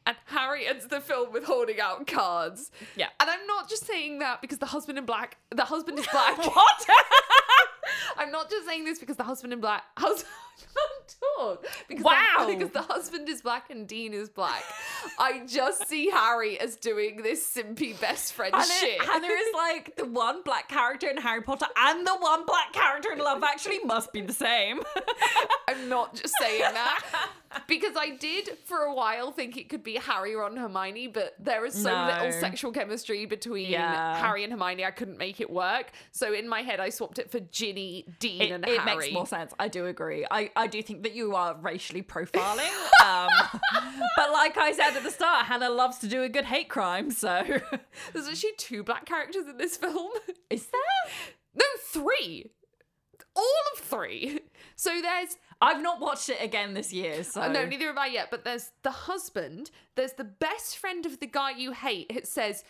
S1: and Harry ends the film with holding out cards.
S2: Yeah.
S1: And I'm not just saying that because the husband in black, the husband is black.
S2: What?
S1: I'm not just saying this because the husband in black. Hus- I can't talk. Because
S2: Wow.
S1: The, because the husband is black and Dean is black. I just see Harry as doing this simpy best friend
S2: Hannah,
S1: shit.
S2: Hannah is like the one black character in Harry Potter and the one black character in Love Actually must be the same.
S1: I'm not just saying that because I did for a while think it could be Harry, Ron, Hermione, but there is so
S2: No.
S1: little sexual chemistry between
S2: Yeah.
S1: Harry and Hermione. I couldn't make it work. So in my head, I swapped it for Ginny, Dean,
S2: It,
S1: and
S2: it
S1: Harry.
S2: makes more sense. I do agree. I, I do think that you are racially profiling. Um, but like I said at the start, Hannah loves to do a good hate crime. So
S1: There's actually two black characters in this film.
S2: is there?
S1: No, three. All of three. So there's uh,
S2: I've not watched it again this year. So
S1: no, neither have I yet. But there's the husband. There's the best friend of the guy you hate. It says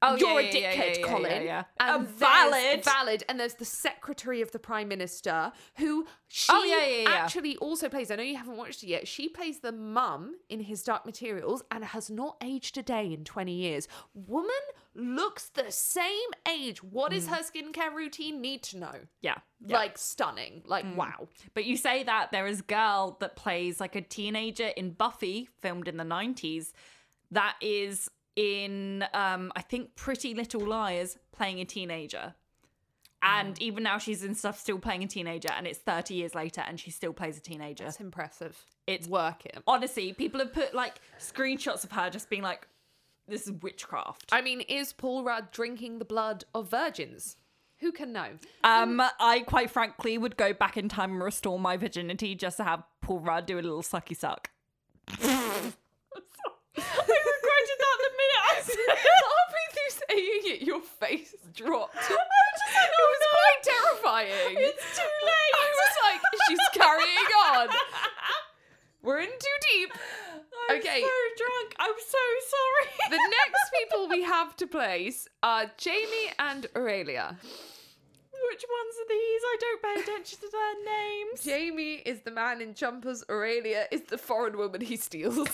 S2: oh,
S1: You're
S2: yeah,
S1: a
S2: yeah, yeah,
S1: dickhead,
S2: yeah, yeah,
S1: Colin.
S2: Yeah, yeah.
S1: And
S2: Uh,
S1: there's-
S2: valid.
S1: Valid. And there's the secretary of the prime minister who she
S2: Oh, yeah, yeah, yeah.
S1: actually also plays. I know you haven't watched it yet. She plays the mum in his Dark Materials and has not aged a day in 20 years. Woman looks the same age. What is
S2: Hmm.
S1: her skincare routine? Need to know.
S2: yeah. Mm.
S1: Like stunning. Like wow.
S2: But you say that there is a girl that plays like a teenager in Buffy, filmed in the 90s, that is in, um, I think, Pretty Little Liars, playing a teenager. And even now she's in stuff still playing a teenager, and it's 30 years later and she still plays a teenager.
S1: It's impressive.
S2: It's-
S1: work it.
S2: Honestly, people have put like screenshots of her just being like, this is witchcraft.
S1: I mean, is Paul Rudd drinking the blood of virgins? Who can know?
S2: Um, I quite frankly would go back in time and restore my virginity just to have Paul Rudd do a little sucky suck. I regretted that the minute I said
S1: halfway through saying it, your face dropped. it was quite terrifying.
S2: oh it's too late.
S1: I was like, she's carrying on. We're in too deep.
S2: I'm
S1: Okay.
S2: so drunk. I'm so sorry.
S1: The next people we have to place are Jamie and Aurelia.
S2: Which ones are these? I don't pay attention to their names.
S1: Jamie is the man in jumpers, Aurelia is the foreign woman he steals.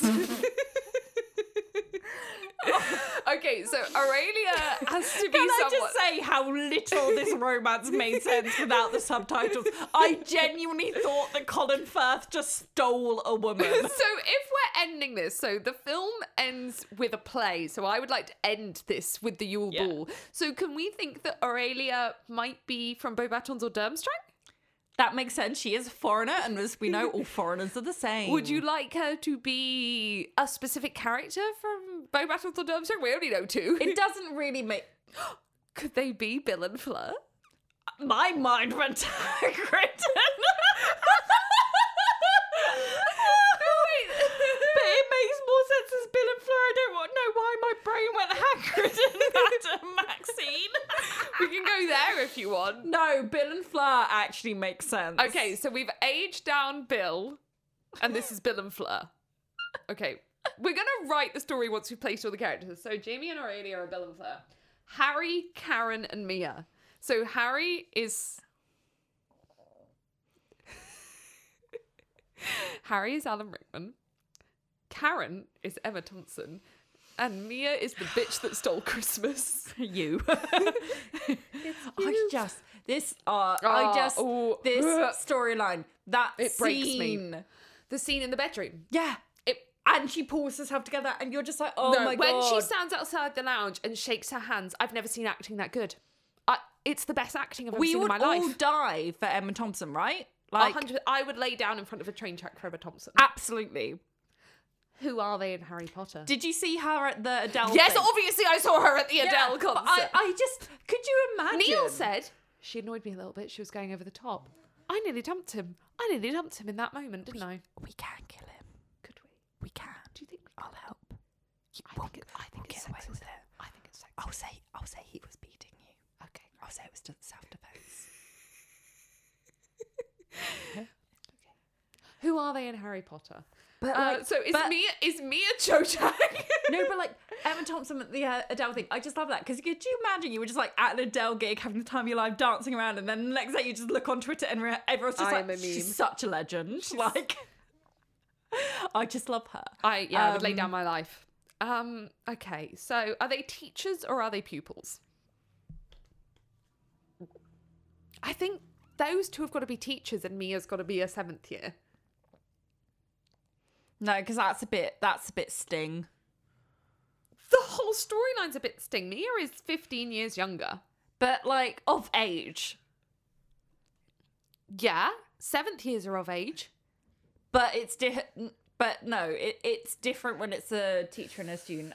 S1: okay, so Aurelia has to be
S2: Can I
S1: someone.
S2: just say how little this romance made sense without the subtitles? I genuinely thought that Colin Firth just stole a woman.
S1: so if we're ending this, so the film ends with a play. So I would like to end this with the Yule
S2: Yeah.
S1: Ball. So can we think that Aurelia might be from Beaubatons or Durmstrang?
S2: That makes sense. She is a foreigner, and as we know, all foreigners are the same.
S1: Would you like her to be a specific character from Beaubatons or Durmstrang? We only know two.
S2: It doesn't really make
S1: Could they be Bill and Fleur?
S2: my mind went to Crichton. But it makes more sense as Bill and Fleur. I don't want- know why my brain went Hagrid and back to Maxine.
S1: We can go there if you want.
S2: no, Bill and Fleur actually makes sense.
S1: Okay, so we've aged down Bill, and this is Bill and Fleur. Okay, we're gonna write the story once we've placed all the characters. So Jamie and Aurelia are Bill and Fleur. Harry, Karen, and Mia. So Harry is. Harry is Alan Rickman. Karen is Emma Thompson. And Mia is the bitch that stole Christmas.
S2: you. I
S1: you.
S2: just this uh,
S1: Ah,
S2: I just
S1: ooh,
S2: this
S1: ugh.
S2: storyline that
S1: It breaks me.
S2: scene.
S1: The scene in the bedroom.
S2: Yeah.
S1: It
S2: And she pulls herself together, and you're just like, oh
S1: No,
S2: my
S1: when
S2: god.
S1: she stands outside the lounge and shakes her hands, I've never seen acting that good. I, it's the best acting I've ever
S2: we
S1: seen in
S2: would
S1: my
S2: all
S1: life.
S2: die for Emma Thompson, right?
S1: A
S2: Like,
S1: hundred- I would lay down in front of a train track for Emma Thompson.
S2: absolutely.
S1: Uh, Who are they in Harry Potter?
S2: Did you see her at the Adele?
S1: yes,
S2: thing?
S1: obviously I saw her at the
S2: Yeah,
S1: Adele
S2: but
S1: concert.
S2: I, I just could you imagine?
S1: Neil said she annoyed me a little bit. She was going over the top. I nearly dumped him. I nearly dumped him in that moment, didn't I?
S2: "We can kill him.
S1: Could we?
S2: We can.
S1: Do you think?
S2: I'll help.
S1: I think, it, I think it's
S2: get away
S1: sexist.
S2: with it.
S1: I think it's sexist.
S2: I'll say. I'll say he was beating you.
S1: Okay.
S2: I'll say it was just self-defense.
S1: Who are they in Harry Potter?
S2: But
S1: Uh, so is Mia is Mia Chotek?
S2: no, but like Emma Thompson at the uh, Adele thing, I just love that because could you imagine you were just like at an Adele gig having the time of your life dancing around, and then the next day you just look on Twitter and re- everyone's just
S1: I
S2: like,
S1: am a meme.
S2: she's such a legend. Like, I just love her.
S1: I yeah, I would lay down my life. Um, okay, so are they teachers or are they pupils? I think those two have got to be teachers, and Mia's got to be a seventh year.
S2: No, because that's a bit that's a bit sting.
S1: The whole storyline's a bit sting. Mia is fifteen years younger.
S2: But like of age.
S1: Yeah, seventh years are of age.
S2: But it's di- but no, it, it's different when it's a teacher and a student.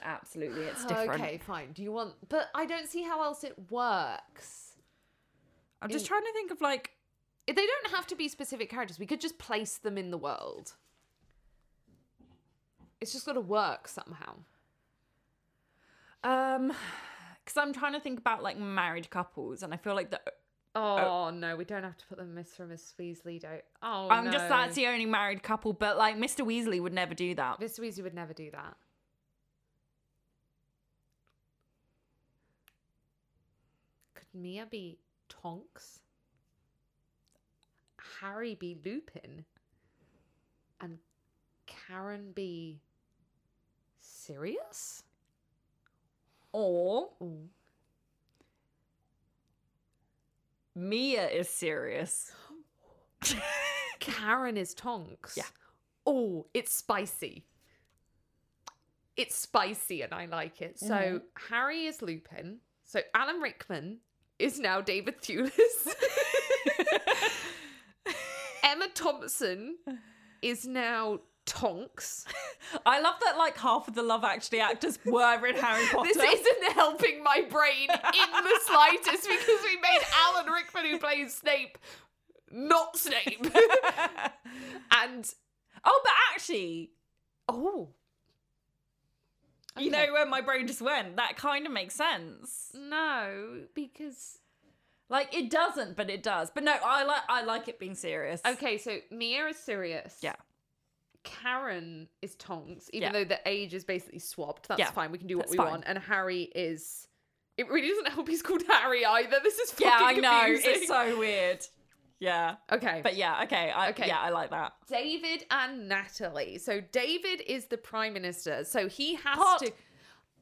S2: Absolutely, it's different.
S1: Okay, fine. Do you want? But I don't see how else it works.
S2: I'm just trying to think of like
S1: They don't have to be specific characters. We could just place them in the world. It's just got to work somehow.
S2: um because I'm trying to think about like married couples and I feel like the
S1: Oh, no, we don't have to put them Miss from Miss Weasley. Don't. Oh,
S2: I'm
S1: no.
S2: just that's the only married couple, but like Mr. Weasley would never do that.
S1: Miss Weasley would never do that. Could Mia be Tonks? Harry be Lupin? And Karen be Sirius?
S2: Or
S1: Ooh.
S2: Mia is serious.
S1: Karen is Tonks.
S2: Yeah.
S1: Oh, it's spicy. It's spicy and I like it. So
S2: Mm-hmm.
S1: Harry is Lupin. So Alan Rickman is now David Thewlis. Emma Thompson is now Tonks.
S2: I love that like half of the Love Actually actors were in Harry Potter.
S1: This isn't helping my brain in the slightest because we made Alan Rickman, who plays Snape, not Snape. and
S2: oh, but actually,
S1: oh,
S2: you
S1: Okay.
S2: know where my brain just went. That kind of makes sense.
S1: No, because
S2: Like it doesn't, but it does. But no, I like I like it being serious.
S1: okay, so Mia is serious.
S2: Yeah.
S1: Karen is Tonks, even
S2: Yeah.
S1: though the age is basically swapped. That's
S2: Yeah,
S1: fine. We can do what
S2: that's
S1: we
S2: fine.
S1: want. And Harry is. It really doesn't help. He's called Harry either. This is fucking
S2: Yeah, I know.
S1: confusing.
S2: It's so weird. Yeah.
S1: okay.
S2: But yeah, okay. I,
S1: Okay.
S2: Yeah, I like that.
S1: David and Natalie. So David is the prime minister. So he has
S2: Pot.
S1: to.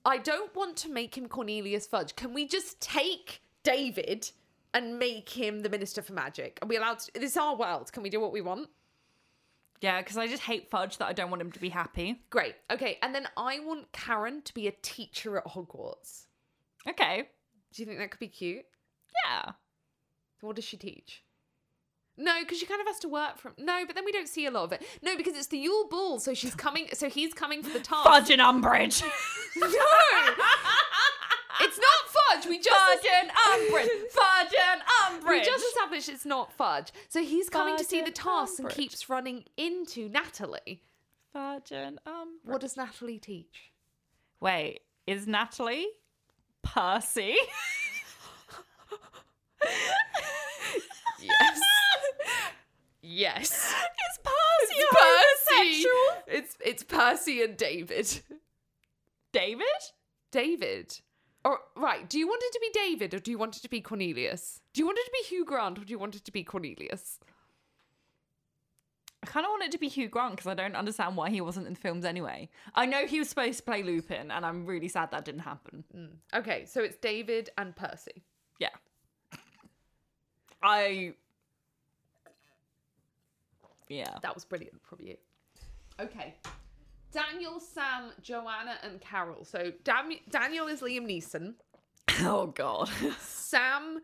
S1: I don't want to make him Cornelius Fudge. Can we just take David and make him the minister for magic? Are we allowed? To, this is our world. Can we do what we want?
S2: Yeah, because I just hate Fudge that I don't want him to be happy.
S1: Great. Okay. And then I want Karen to be a teacher at Hogwarts.
S2: Okay.
S1: Do you think that could be cute?
S2: Yeah.
S1: What does she teach? No, because she kind of has to work from. No, but then we don't see a lot of it. No, because it's the Yule Ball, so she's coming. So he's coming for the task.
S2: Fudge and Umbridge.
S1: No, it's not fudge. We just
S2: Fudge and Umbridge. Fudge and Umbridge.
S1: we just established it's not fudge. So he's coming to
S2: Fudge
S1: see the
S2: and
S1: task and
S2: Umbridge.
S1: keeps running into Natalie.
S2: Fudge and um. Umbridge.
S1: What does Natalie teach?
S2: Wait, is Natalie Percy?
S1: Yes. yes.
S2: Is Percy a
S1: Percy.
S2: homosexual?
S1: It's it's Percy and David.
S2: David?
S1: David. Or right, do you want it to be David or do you want it to be Cornelius? Do you want it to be Hugh Grant or do you want it to be Cornelius?
S2: I kind of want it to be Hugh Grant because I don't understand why he wasn't in the films anyway. I know he was supposed to play Lupin, and I'm really sad that didn't happen.
S1: Okay, so it's David and Percy.
S2: Yeah. I. Yeah.
S1: That was brilliant from you. Okay. Daniel, Sam, Joanna, and Carol. So Dam- Daniel is Liam Neeson.
S2: Oh, God.
S1: Sam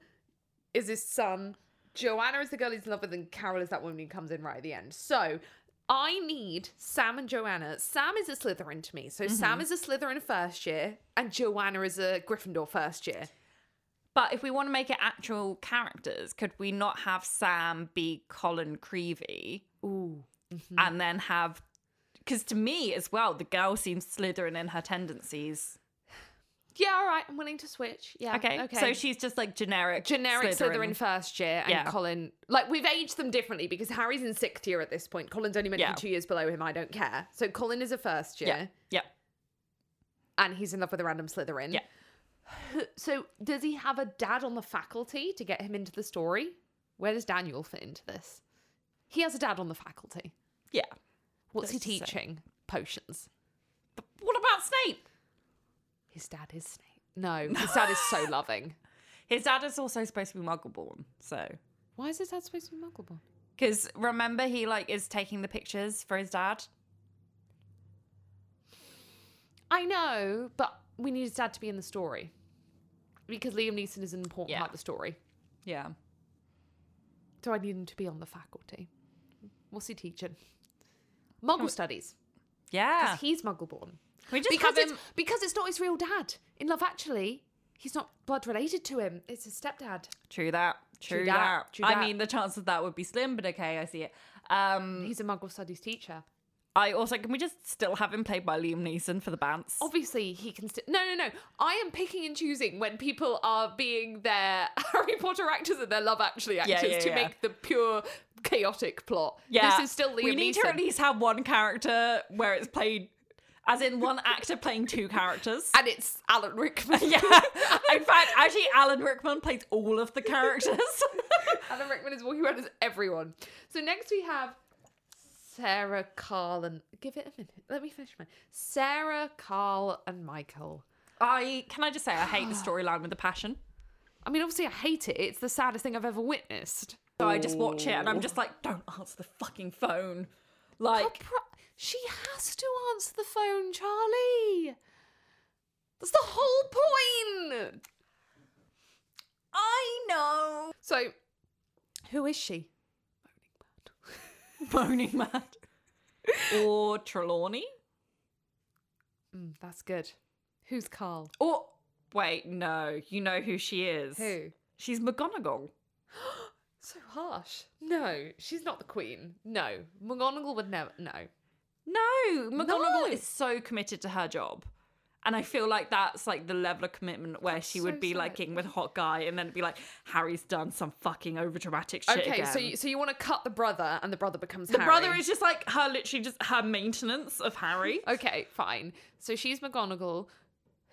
S1: is his son. Joanna is the girl he's in love with, and Carol is that woman who comes in right at the end. So I need Sam and Joanna. Sam is a Slytherin to me. So
S2: Mm-hmm.
S1: Sam is a Slytherin first year, and Joanna is a Gryffindor first year.
S2: But if we want to make it actual characters, could we not have Sam be Colin Creevy
S1: Ooh. Mm-hmm.
S2: and then have. Because to me as well, the girl seems Slytherin in her tendencies.
S1: Yeah, all right. I'm willing to switch. Yeah.
S2: Okay.
S1: Okay.
S2: So she's just like generic.
S1: generic Slytherin first year and
S2: Yeah.
S1: Colin like we've aged them differently because Harry's in sixth year at this point. Colin's only meant to
S2: Yeah.
S1: be two years below him, I don't care. So Colin is a first year
S2: Yeah. Yeah.
S1: and he's in love with a random Slytherin.
S2: Yeah.
S1: So does he have a dad on the faculty to get him into the story? Where does Daniel fit into this? He has a dad on the faculty.
S2: Yeah.
S1: What's
S2: That's
S1: he
S2: sick.
S1: teaching? Potions.
S2: But what about Snape?
S1: His dad is Snape. No, his dad is so loving.
S2: His dad is also supposed to be Muggleborn, so
S1: Why is his dad supposed to be Muggleborn?
S2: because remember he like is taking the pictures for his dad.
S1: I know, but we need his dad to be in the story because Liam Neeson is an important
S2: Yeah.
S1: part of the story.
S2: Yeah,
S1: So I need him to be on the faculty. What's he teaching? Muggle studies
S2: yeah.
S1: because he's Muggleborn.
S2: we just
S1: Because
S2: have
S1: it's,
S2: him.
S1: because it's not his real dad. In Love Actually, he's not blood related to him. It's his stepdad.
S2: True that. True,
S1: True
S2: that.
S1: that, true
S2: I
S1: that.
S2: mean, the chance of that would be slim, but okay, I see it. Um,
S1: He's a Muggle studies teacher.
S2: I also can we just still have him played by Liam Neeson for the bants?
S1: Obviously, he can. St- no, no, no. I am picking and choosing when people are being their Harry Potter actors and their Love Actually actors
S2: yeah,
S1: to
S2: yeah.
S1: make the pure chaotic plot. this is still Liam
S2: We need
S1: Neeson.
S2: to at least have one character where it's played, as in one actor playing two characters.
S1: and it's Alan Rickman.
S2: yeah. In fact, actually, Alan Rickman plays all of the characters.
S1: Alan Rickman is walking around as everyone. So next we have Sarah, Carl, and give it a minute. Let me finish mine. Sarah, Carl, and Michael.
S2: I can I just say I hate the storyline with a passion.
S1: I mean, obviously, I hate it. It's the saddest thing I've ever witnessed.
S2: So I just watch it and I'm just like, don't answer the fucking phone.
S1: Her
S2: Like,
S1: pro- she has to answer the phone, Charlie. That's the whole point.
S2: I know.
S1: So, who is she?
S2: Moaning mad. or Trelawney.
S1: Mm, that's good. Who's Carl?
S2: Or wait, no, you know who she is.
S1: Who?
S2: She's McGonagall.
S1: So harsh. No, she's not the queen. No, McGonagall would never. No,
S2: No,
S1: No.
S2: McGonagall is so committed to her job. And I feel like that's like the level of commitment where she would
S1: so
S2: be like
S1: sad.
S2: getting with a hot guy and then it'd be like, Harry's done some fucking overdramatic shit.
S1: okay,
S2: again.
S1: so you, so you want to cut the brother, and the brother becomes
S2: the brother is just like her literally just her maintenance of Harry.
S1: okay, fine. So she's McGonagall.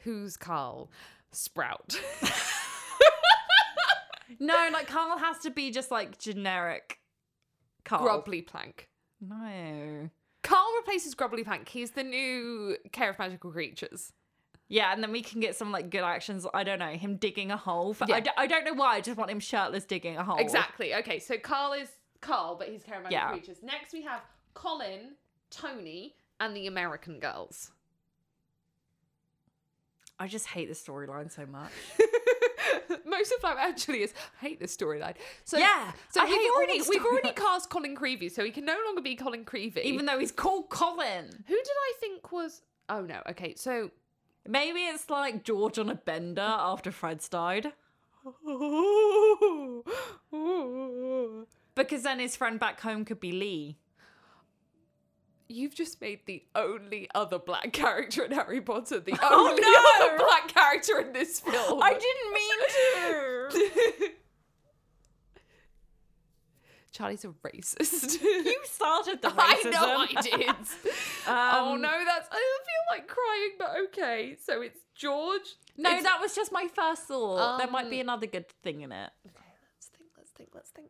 S1: Who's Carl? Sprout.
S2: no, like Carl has to be just like generic Carl.
S1: Grubbly Plank.
S2: No.
S1: Carl replaces Grubbly Plank. He's the new Care of Magical Creatures.
S2: Yeah, and then we can get some like good actions. I don't know, him digging a hole. For, I,
S1: Yeah.
S2: don't, I don't know why. I just want him shirtless digging a hole.
S1: Exactly. Okay, so Carl is Carl, but he's Care of Magical
S2: Yeah.
S1: Creatures. Next we have Colin, Tony, and the American Girls.
S2: I just hate the storyline so much.
S1: Most of life actually is I hate this storyline. So
S2: Yeah,
S1: so
S2: I
S1: we've
S2: hate all
S1: already
S2: the
S1: we've already
S2: storyline.
S1: cast Colin Creevy, so he can no longer be Colin Creevy.
S2: Even though he's called Colin.
S1: who did I think was? Oh no. Okay, so
S2: Maybe it's like George on a bender after Fred's died. Because then his friend back home could be Lee.
S1: You've just made the only other black character in Harry Potter the only
S2: Oh, no!
S1: other black character in this film.
S2: didn't mean to.
S1: Charlie's a racist.
S2: you started the racism.
S1: I know I did. oh
S2: Um,
S1: no, that's. I feel like crying, but okay. So it's George.
S2: No,
S1: It's-
S2: that was just my first thought. there might be
S1: Um,
S2: another good thing in it.
S1: Okay, let's think. Let's think. Let's think.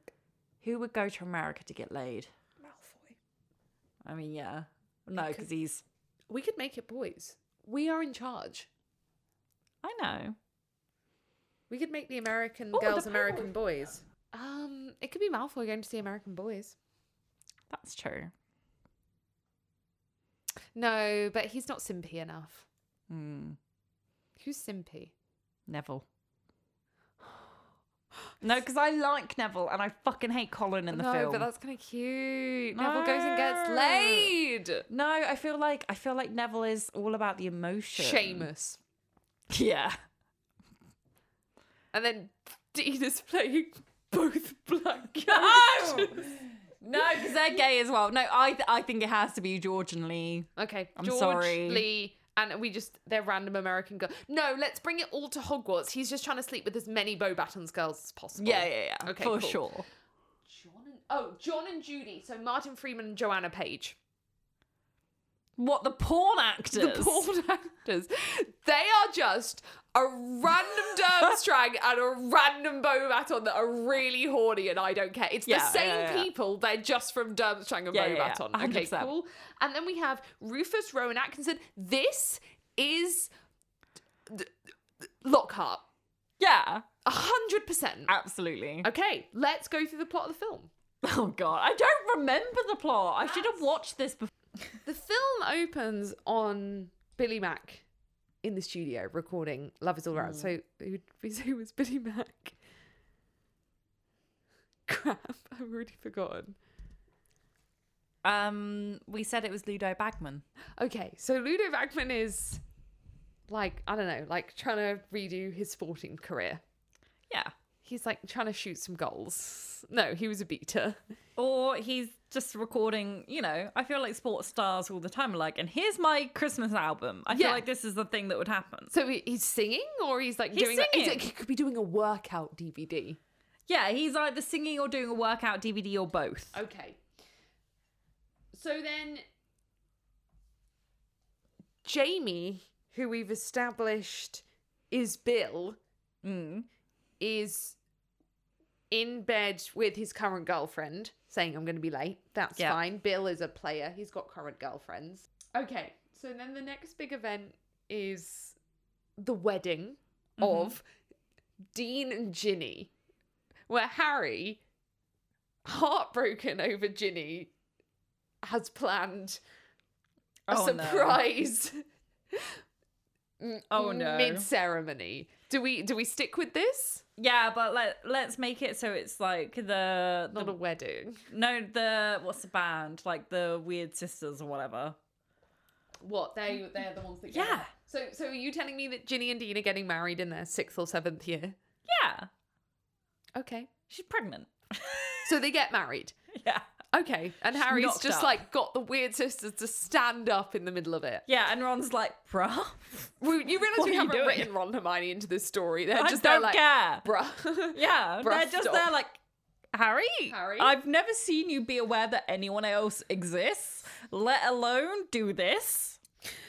S2: Who would go to America to get laid?
S1: Malfoy.
S2: I mean, yeah. No, because he's.
S1: We could make it boys. We are in charge.
S2: I know.
S1: We could make the American
S2: Oh, the
S1: girls
S2: Power
S1: American boys. Um, it could be Malfoy going to see American boys.
S2: That's true.
S1: No, but he's not simpy enough.
S2: Hmm.
S1: Who's simpy?
S2: Neville. No, because I like Neville and I fucking hate Colin in the
S1: no,
S2: film.
S1: but that's kind of cute. Neville goes and gets
S2: No.
S1: laid.
S2: No, I feel like I feel like Neville is all about the emotion.
S1: Seamus.
S2: Yeah.
S1: And then Dean is playing both black
S2: Oh.
S1: characters.
S2: No, because they're gay as well. No, I th- I think it has to be George and Lee.
S1: Okay,
S2: I'm
S1: George
S2: sorry.
S1: Lee, and we just they're random American girls. No, let's bring it all to Hogwarts. He's just trying to sleep with as many Bobatons girls as possible.
S2: Yeah, yeah, yeah.
S1: Okay, cool.
S2: for sure.
S1: John and oh, John and Judy. So Martin Freeman and Joanna Page.
S2: What the porn actors?
S1: The porn actors. They are just a random Durmstrang and a random Bobaton that are really horny and I don't care. It's
S2: Yeah,
S1: the
S2: yeah,
S1: same
S2: yeah, yeah.
S1: people, they're just from Durmstrang and
S2: Yeah, yeah, yeah,
S1: Bobaton. Okay,
S2: 100%.
S1: cool. And then we have Rufus Rowan Atkinson. This is d- d- Lockhart.
S2: Yeah,
S1: A hundred percent.
S2: absolutely.
S1: Okay, let's go through the plot of the film.
S2: Oh god, I don't remember the plot. I should have watched this before.
S1: The film opens on Billy Mack in the studio recording Love Is All
S2: Mm.
S1: Around. So who did we say was Billy Mack? Crap, I've already forgotten.
S2: Um, we said it was Ludo Bagman.
S1: Okay, so Ludo Bagman is like, I don't know, like trying to redo his sporting career.
S2: Yeah.
S1: He's like trying to shoot some goals. No, he was a beater.
S2: Or he's just recording, you know, I feel like sports stars all the time are like, and here's my Christmas album. I feel
S1: Yeah.
S2: like this is the thing that would happen.
S1: So he- he's singing or he's like
S2: He's
S1: doing like-
S2: singing.
S1: like he could be doing a workout DVD.
S2: Yeah, he's either singing or doing a workout DVD or both.
S1: Okay. So then Jamie, who we've established is Bill,
S2: Mm.
S1: is in bed with his current girlfriend, saying, I'm going to be late. That's
S2: Yeah.
S1: fine. Bill is a player, he's got current girlfriends. Okay. So then the next big event is the wedding
S2: Mm-hmm.
S1: of Dean and Ginny, where Harry, heartbroken over Ginny, has planned a
S2: Oh, no.
S1: surprise
S2: Oh, no.
S1: mid ceremony. Do we do we stick with this
S2: Yeah, but let let's make it so it's like the,
S1: little
S2: the
S1: wedding?
S2: no the what's the band like the Weird Sisters or whatever.
S1: What they they're the ones that get
S2: Yeah.
S1: it. So so are you telling me that Ginny and Dean are getting married in their sixth or seventh year?
S2: Yeah,
S1: Okay.
S2: she's pregnant.
S1: So they get married.
S2: yeah.
S1: Okay. And Harry's
S2: knocked
S1: just
S2: up.
S1: like got the weird sisters to stand up in the middle of it.
S2: Yeah, and Ron's like, bruh.
S1: We- You realise
S2: What
S1: we
S2: are you
S1: haven't
S2: doing?
S1: written Ron and Hermione into this story. They're
S2: I
S1: just there
S2: don't
S1: like
S2: care.
S1: bruh.
S2: Yeah,
S1: Bruh,
S2: they're just
S1: stop.
S2: there like, Harry,
S1: Harry?
S2: I've never seen you be aware that anyone else exists, let alone do this.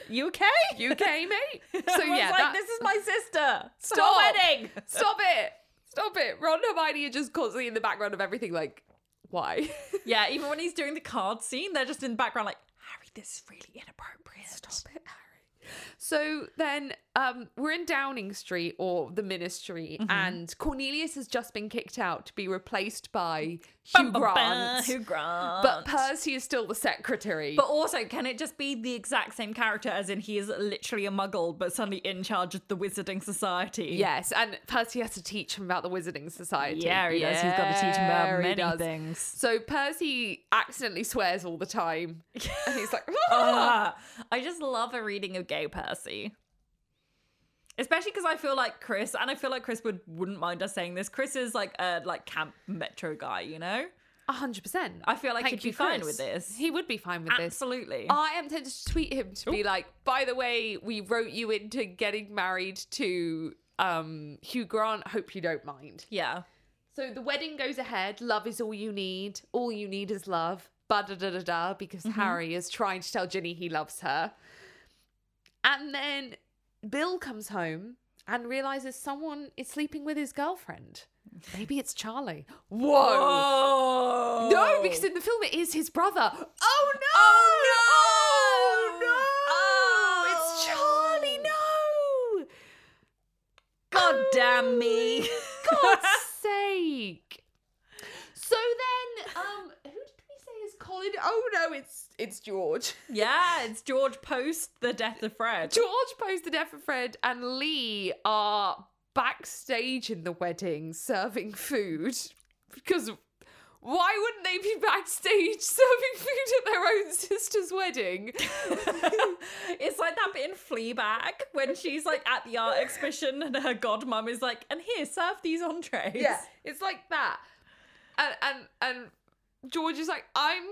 S2: You okay?
S1: You okay, mate? So yeah,
S2: Ron's like,
S1: that-
S2: this is my sister. Stop
S1: Stop.
S2: wedding.
S1: Stop it! Stop it! Ron and Hermione are just constantly in the background of everything, like, why?
S2: Yeah, even when he's doing the card scene, they're just in the background like, Harry, this is really inappropriate.
S1: Stop it, Harry. So then um, we're in Downing Street or the Ministry,
S2: Mm-hmm.
S1: and Cornelius has just been kicked out to be replaced by Hugh Grant.
S2: Hugh Grant.
S1: But Percy is still the secretary.
S2: But also, can it just be the exact same character as in he is literally a muggle, but suddenly in charge of the Wizarding Society?
S1: yes, and Percy has to teach him about the Wizarding Society.
S2: Yeah, he does. He's got to teach him about
S1: Yeah, he
S2: many
S1: does.
S2: things.
S1: So Percy accidentally swears all the time, and he's like,
S2: Ah, I just love a reading of gay Percy. Especially because I feel like Chris, and I feel like Chris would wouldn't mind us saying this. Chris is like a like camp metro guy, you know.
S1: A hundred percent.
S2: I feel like
S1: Thank
S2: he'd be
S1: you,
S2: fine
S1: Chris.
S2: with this. Oh.
S1: He would be fine with this.
S2: Absolutely.
S1: I am tempted to tweet him to be like, by the way, we wrote you into getting married to um Hugh Grant. Hope you don't mind.
S2: yeah.
S1: So the wedding goes ahead. Love is all you need. All you need is love. Ba da da da da. Because Harry is trying to tell Ginny he loves her. And then Bill comes home and realizes someone is sleeping with his girlfriend. Maybe it's Charlie. Whoa.
S2: Oh
S1: No, because in the film it is his brother. Oh no!
S2: Oh no!
S1: Oh!
S2: Oh.
S1: It's Charlie. No!
S2: God damn me!
S1: God's sake! So then, um, who did we say is Colin? Oh no, it's it's George.
S2: yeah, it's George post the death of Fred.
S1: George post the death of Fred and Lee are backstage in the wedding serving food because why wouldn't they be backstage serving food at their own sister's wedding?
S2: it's like that bit in Fleabag when she's like at the art exhibition and her godmum is like, and here, serve these entrees.
S1: Yeah, it's like that. And and and George is like, I'm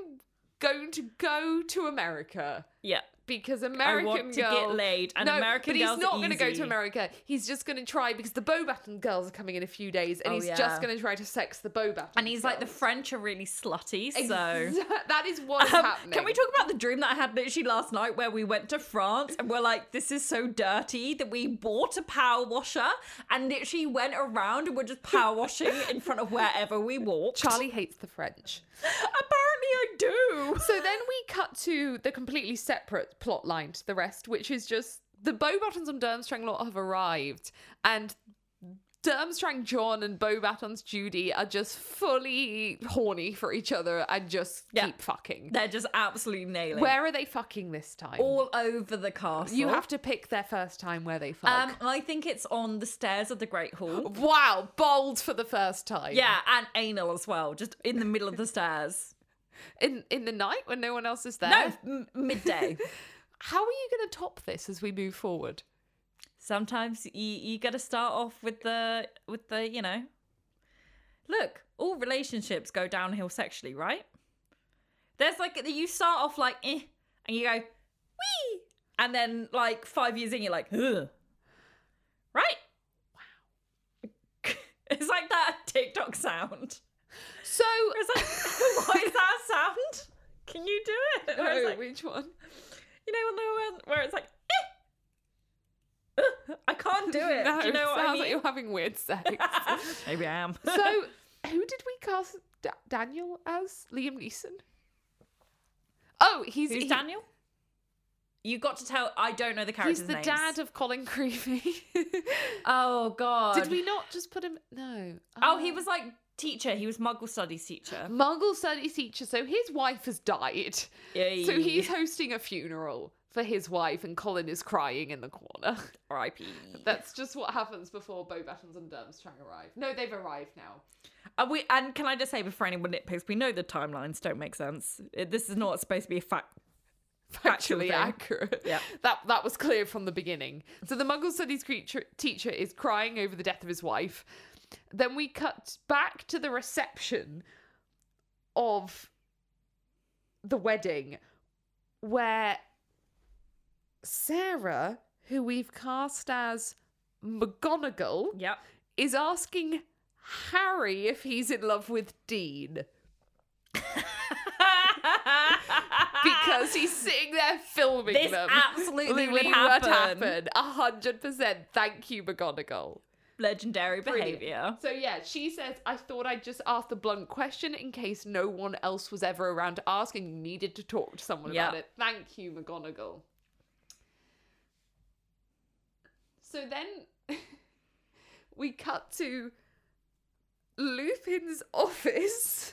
S1: going to go to America
S2: Yeah.
S1: because American
S2: want to get
S1: Girl
S2: laid, and
S1: no,
S2: American
S1: but he's
S2: Girl's
S1: not gonna go
S2: easy.
S1: to America. He's just going to try because the Bobatton girls are coming in a few days, and
S2: Oh,
S1: he's
S2: yeah.
S1: just going to try to sex the Bobatton.
S2: And he's like, the
S1: girls.
S2: French are really slutty, so.
S1: Exa- that is what is
S2: Um,
S1: happening.
S2: can we talk about the dream that I had literally last night where we went to France and we're like, this is so dirty that we bought a power washer and literally went around and we're just power washing in front of wherever we walked.
S1: Charlie hates the French.
S2: Apparently I do.
S1: So then we cut to the completely separate plot line to the rest, which is just the Bobattons and Durmstrang have arrived, and Durmstrang John and Bobattons Judy are just fully horny for each other and just
S2: Yeah.
S1: keep fucking.
S2: They're just absolutely nailing
S1: Where are they fucking this time?
S2: all over the castle.
S1: you have to pick their first time where they fuck.
S2: um, I think it's on the stairs of the Great
S1: Oh,
S2: Hall.
S1: wow, bold for the first time.
S2: Yeah, and anal as well, just in the middle of the stairs.
S1: In in the night when no one else is there.
S2: No, m- midday.
S1: How are you going to top this as we move forward?
S2: sometimes you, you got to start off with the with the you know look all relationships go downhill sexually right there's like you start off like eh and you go wee and then like five years in you're like Ugh. right wow it's like that tiktok sound
S1: So
S2: it's like what is that sound can you do it Where it's
S1: Oh,
S2: like-
S1: which one?
S2: you know when the one where it's like, eh! Ugh, I can't do it.
S1: No,
S2: do you know what
S1: sounds
S2: I
S1: like
S2: mean?
S1: you're having weird sex.
S2: Maybe I am.
S1: so, who did we cast da- Daniel as? Liam Neeson. Oh, he's
S2: Who's
S1: he-
S2: Daniel? You got to tell. I don't know the character's
S1: He's the
S2: names.
S1: dad of Colin Creevy.
S2: Oh God.
S1: did we not just put him? No. Uh,
S2: Oh, he was like teacher. He was Muggle studies teacher.
S1: Muggle studies teacher. So his wife has died.
S2: Yay.
S1: So he's hosting a funeral for his wife, and Colin is crying in the corner.
S2: R.I.P.
S1: That's just what happens before Bo Battens and Durmstrang arrive. No, they've arrived now.
S2: Are we? And can I just say before anyone nitpicks, we know the timelines don't make sense. It- This is not supposed to be a fact. Factual
S1: factually
S2: thing.
S1: accurate.
S2: Yeah.
S1: That that was clear from the beginning. So the Muggle Studies creature, teacher is crying over the death of his wife. Then we cut back to the reception of the wedding where Sarah, who we've cast as McGonagall,
S2: Yep.
S1: is asking Harry if he's in love with Dean because he's sitting there filming
S2: this
S1: them.
S2: absolutely would
S1: Literally
S2: happen.
S1: A hundred percent. Thank you, McGonagall.
S2: Legendary
S1: Brilliant.
S2: behavior.
S1: So yeah, she says, I thought I'd just ask the blunt question in case no one else was ever around to ask and you needed to talk to someone about
S2: Yeah.
S1: it. Thank you, McGonagall. So then we cut to Lupin's office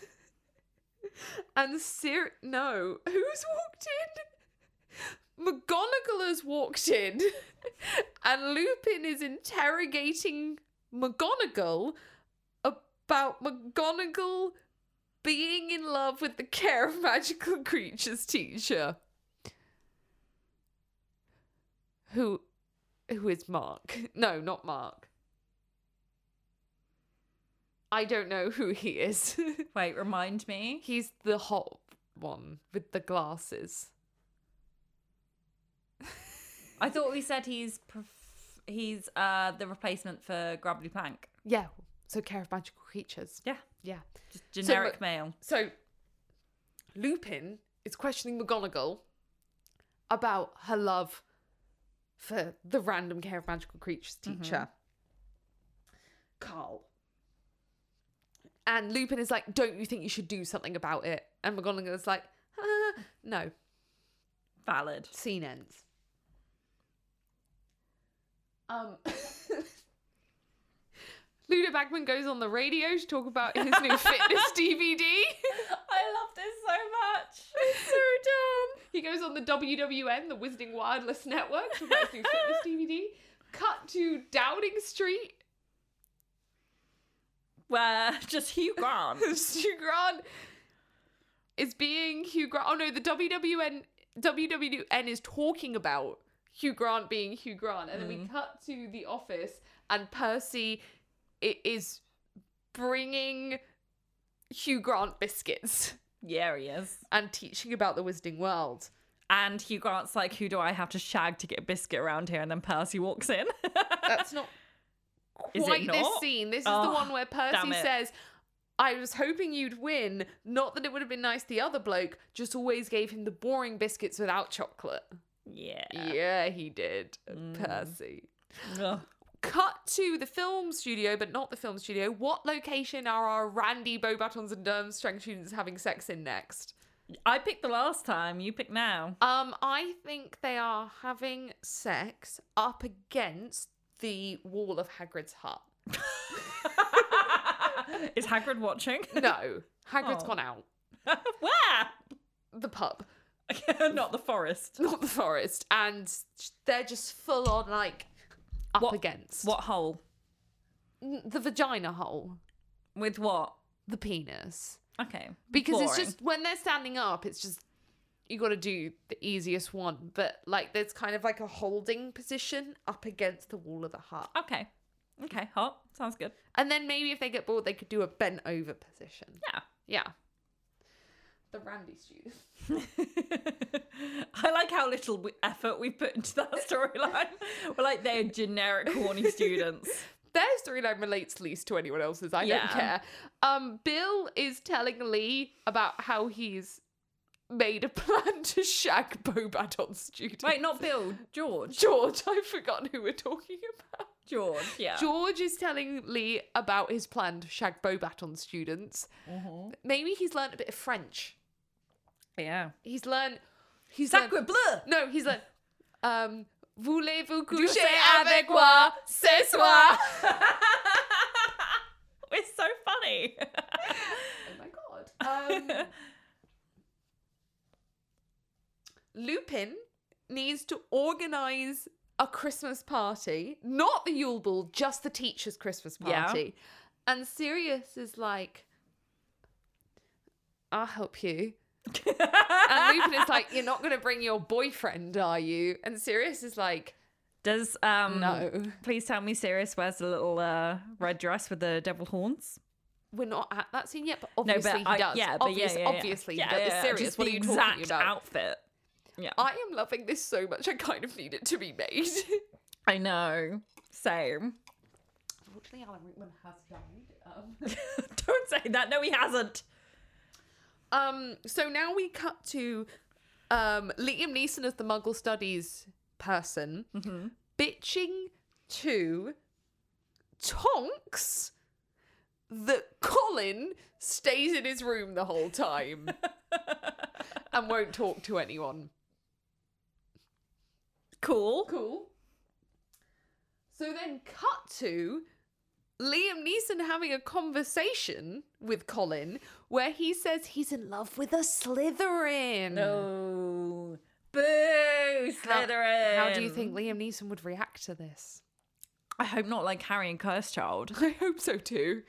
S1: and Sir no, who's walked in? McGonagall has walked in and Lupin is interrogating McGonagall about McGonagall being in love with the Care of Magical Creatures teacher. Who who is Mark? No, not Mark. I don't know who he is.
S2: Wait, remind me.
S1: He's the hot one with the glasses.
S2: I thought we said he's pref- he's uh the replacement for Grubbly Plank.
S1: Yeah, so Care of Magical Creatures.
S2: Yeah,
S1: Yeah.
S2: just generic
S1: look-
S2: male.
S1: So Lupin is questioning McGonagall about her love for the random care of magical creatures teacher, Carl. And Lupin is like, Don't you think you should do something about it? And McGonagall is like, "Ah, No,
S2: Valid.
S1: scene ends. Um, Ludo Bagman goes on the radio to talk about his new fitness DVD.
S2: I love this so much. It's so dumb.
S1: He goes on the WWN, the Wizarding Wireless Network, to buy through fitness DVD. Cut to Downing Street.
S2: Where just Hugh Grant.
S1: Hugh Grant is being Hugh Grant. Oh no, the WWN WWN is talking about Hugh Grant being Hugh Grant, and then we cut to the office, and Percy i- is bringing Hugh Grant biscuits
S2: yeah, he is.
S1: and teaching about the Wizarding World.
S2: And Hugh Grant's like, who do I have to shag to get a biscuit around here? And then Percy walks in. Uh,
S1: That's not
S2: Is it
S1: quite this
S2: not?
S1: scene. This is the
S2: Oh,
S1: one where Percy
S2: damn it.
S1: says, I was hoping you'd win. Not that it would have been nice the other bloke, just always gave him the boring biscuits without chocolate.
S2: yeah. Mm.
S1: Yeah, he did. Percy.
S2: Ugh.
S1: Cut to the film studio, but not the film studio. What location are our Randy Bobatons and Durmstrang students having sex in next?
S2: I picked the last time. You pick now.
S1: Um, I think they are having sex up against the wall of Hagrid's hut.
S2: Is Hagrid watching?
S1: No, Hagrid's
S2: Oh.
S1: gone out.
S2: Where?
S1: The pub.
S2: Not the forest.
S1: not the forest, and they're just full on like up
S2: What-
S1: against
S2: What hole?
S1: N- the vagina hole,
S2: With what?
S1: the penis,
S2: Okay.
S1: because it's
S2: Boring.
S1: just when they're standing up, it's just you got to do the easiest one, but like there's kind of like a holding position up against the wall of the hut,
S2: Okay. Okay, hot. Sounds good.
S1: and then maybe if they get bored, they could do a bent over position.
S2: Yeah.
S1: Yeah, the Randy student.
S2: I like how little w- effort we put into that storyline. We're like, they're generic, horny students.
S1: their storyline relates least to anyone else's. I
S2: Yeah.
S1: don't care. Um, Bill is telling Lee about how he's made a plan to shag Bobat on students.
S2: Wait, not Bill, George.
S1: George, I've forgotten who we're talking about.
S2: George, yeah.
S1: George is telling Lee about his plan to shag Bobat on students. Maybe he's learned a bit of French.
S2: Yeah.
S1: He's learned. He's
S2: Sacre
S1: learned,
S2: bleu!
S1: No, he's learned. Um, Voulez-vous coucher
S2: avec
S1: avec moi ce soir?
S2: It's so funny.
S1: Oh my god. Um, Lupin needs to organize a Christmas party, not the Yule Ball, just the teacher's Christmas
S2: Yeah.
S1: party. And Sirius is like, I'll help you. And Lupin is like, You're not going to bring your boyfriend, are you? And Sirius is like,
S2: Does um
S1: No.
S2: please tell me Sirius wears the little uh, red dress with the devil horns?
S1: We're not at that scene yet, but obviously
S2: I-
S1: he does.
S2: yeah, but
S1: Obvious-
S2: yeah, yeah, yeah.
S1: obviously
S2: yeah,
S1: he does.
S2: yeah, yeah.
S1: Sirius,
S2: Just
S1: what
S2: the
S1: are you talking
S2: exact
S1: about? Oh.
S2: outfit. Yeah, I,
S1: I am loving this so much. I kind of need it to be made.
S2: know. Same.
S1: Unfortunately, Alan Rickman has died.
S2: Don't say that. No, he hasn't.
S1: Um, so now we cut to um, Liam Neeson as the Muggle Studies person bitching to Tonks that Colin stays in his room the whole time and won't talk to anyone.
S2: Cool.
S1: Cool. So then cut to Liam Neeson having a conversation with Colin where he says he's in love with a Slytherin.
S2: No. Boo,
S1: Oh. How-
S2: Slytherin.
S1: How do you think Liam Neeson would react to this?
S2: I hope not like Harry and Cursed
S1: I hope so too.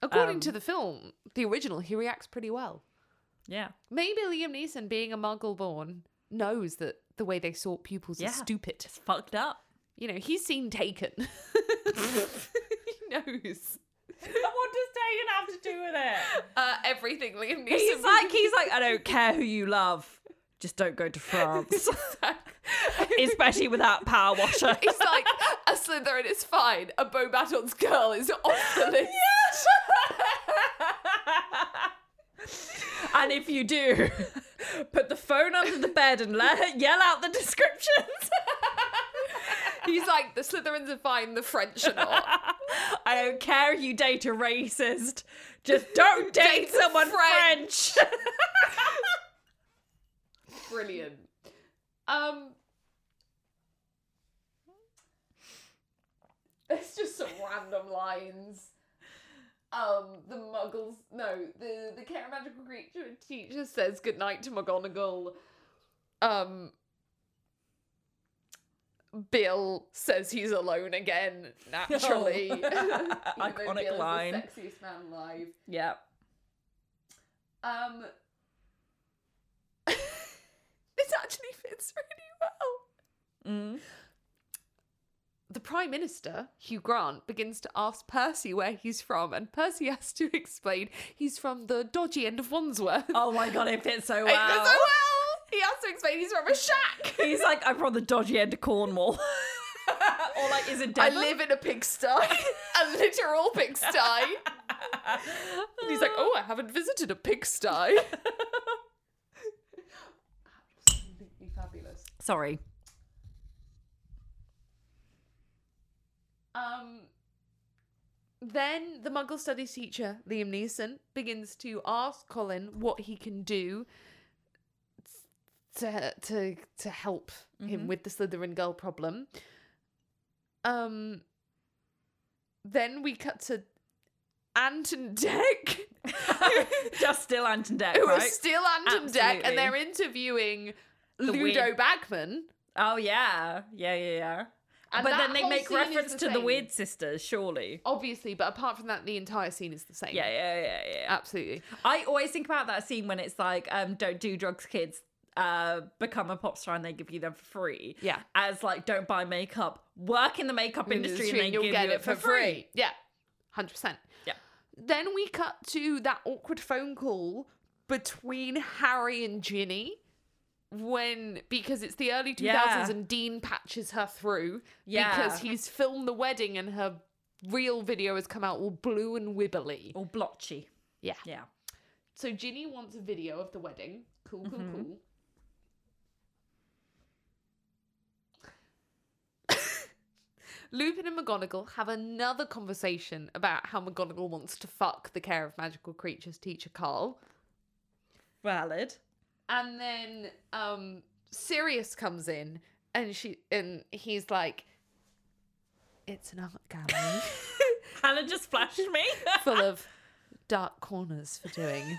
S1: According
S2: Um,
S1: to the film, the original, he reacts pretty well.
S2: Yeah.
S1: Maybe Liam Neeson, being a muggle born, knows that the way they sort pupils
S2: Yeah.
S1: is stupid.
S2: It's fucked up.
S1: You know, he's seen Taken. he knows.
S2: what does Dagon have to do with it?
S1: Uh, everything Liam Neeson.
S2: He's like, he's like, I don't care who you love, just don't go to France, especially without power washer.
S1: he's like a Slytherin is fine. A Beau Baton's girl is off the list.
S2: and if you do, put the phone under the bed and let her yell out the descriptions.
S1: He's like the Slytherins are fine. The French are not.
S2: I don't care if you date a racist, just don't date,
S1: Date a
S2: someone
S1: French.
S2: French.
S1: Brilliant. Um. It's just some random lines. Um, the muggles, no, the the care magical creature teacher says goodnight to McGonagall. Um, Bill says he's alone again, naturally. Even though
S2: Iconic
S1: Bill is the
S2: line.
S1: sexiest man alive.
S2: yeah.
S1: Um, this actually fits really well.
S2: Mm.
S1: The Prime Minister, Hugh Grant, begins to ask Percy where he's from, and Percy has to explain he's from the dodgy end of Wandsworth.
S2: Oh my god, it fits so
S1: It fits
S2: well.
S1: so well. He has to explain he's from a shack.
S2: He's like, I'm from the dodgy end of Cornwall. or like, is it
S1: I
S2: Devon?
S1: live in a pigsty, a literal pigsty. and he's like, oh, I haven't visited a pigsty. Absolutely fabulous.
S2: Sorry.
S1: Um, then the Muggle Studies teacher, Liam Neeson, begins to ask Colin what he can do to to to help
S2: Mm-hmm.
S1: him with the Slytherin girl problem. Um, then we cut to Ant and Deck,
S2: Just still Anton Deck,
S1: who are
S2: right?
S1: still Ant and Deck,
S2: Absolutely.
S1: and they're interviewing Ludo
S2: weird-
S1: Bagman.
S2: oh, yeah. Yeah, yeah, yeah.
S1: And
S2: but
S1: that
S2: then they
S1: whole
S2: make
S1: scene is
S2: reference to the
S1: same.
S2: Weird Sisters, surely.
S1: Obviously, but apart from that, the entire scene is the same.
S2: Yeah, yeah, yeah, yeah.
S1: absolutely.
S2: I always think about that scene when it's like, um, don't do drugs, kids. Uh, become a pop star and they give you them for free.
S1: Yeah.
S2: As like, don't buy makeup. Work in the makeup industry, and they
S1: you'll
S2: give
S1: get
S2: you
S1: it for free. Yeah, hundred percent.
S2: Yeah.
S1: Then we cut to that awkward phone call between Harry and Ginny when because it's the early 2000s
S2: Yeah.
S1: and Dean patches her through
S2: Yeah.
S1: because he's filmed the wedding and her real video has come out all blue and wibbly.
S2: Or blotchy.
S1: Yeah.
S2: Yeah.
S1: So Ginny wants a video of the wedding. Cool, cool, cool. Lupin and McGonagall have another conversation about how McGonagall wants to fuck the care of magical creatures teacher Carl.
S2: Valid.
S1: And then um Sirius comes in and she and he's like it's an art gallery
S2: Hannah just flashed me.
S1: full of dark corners for doing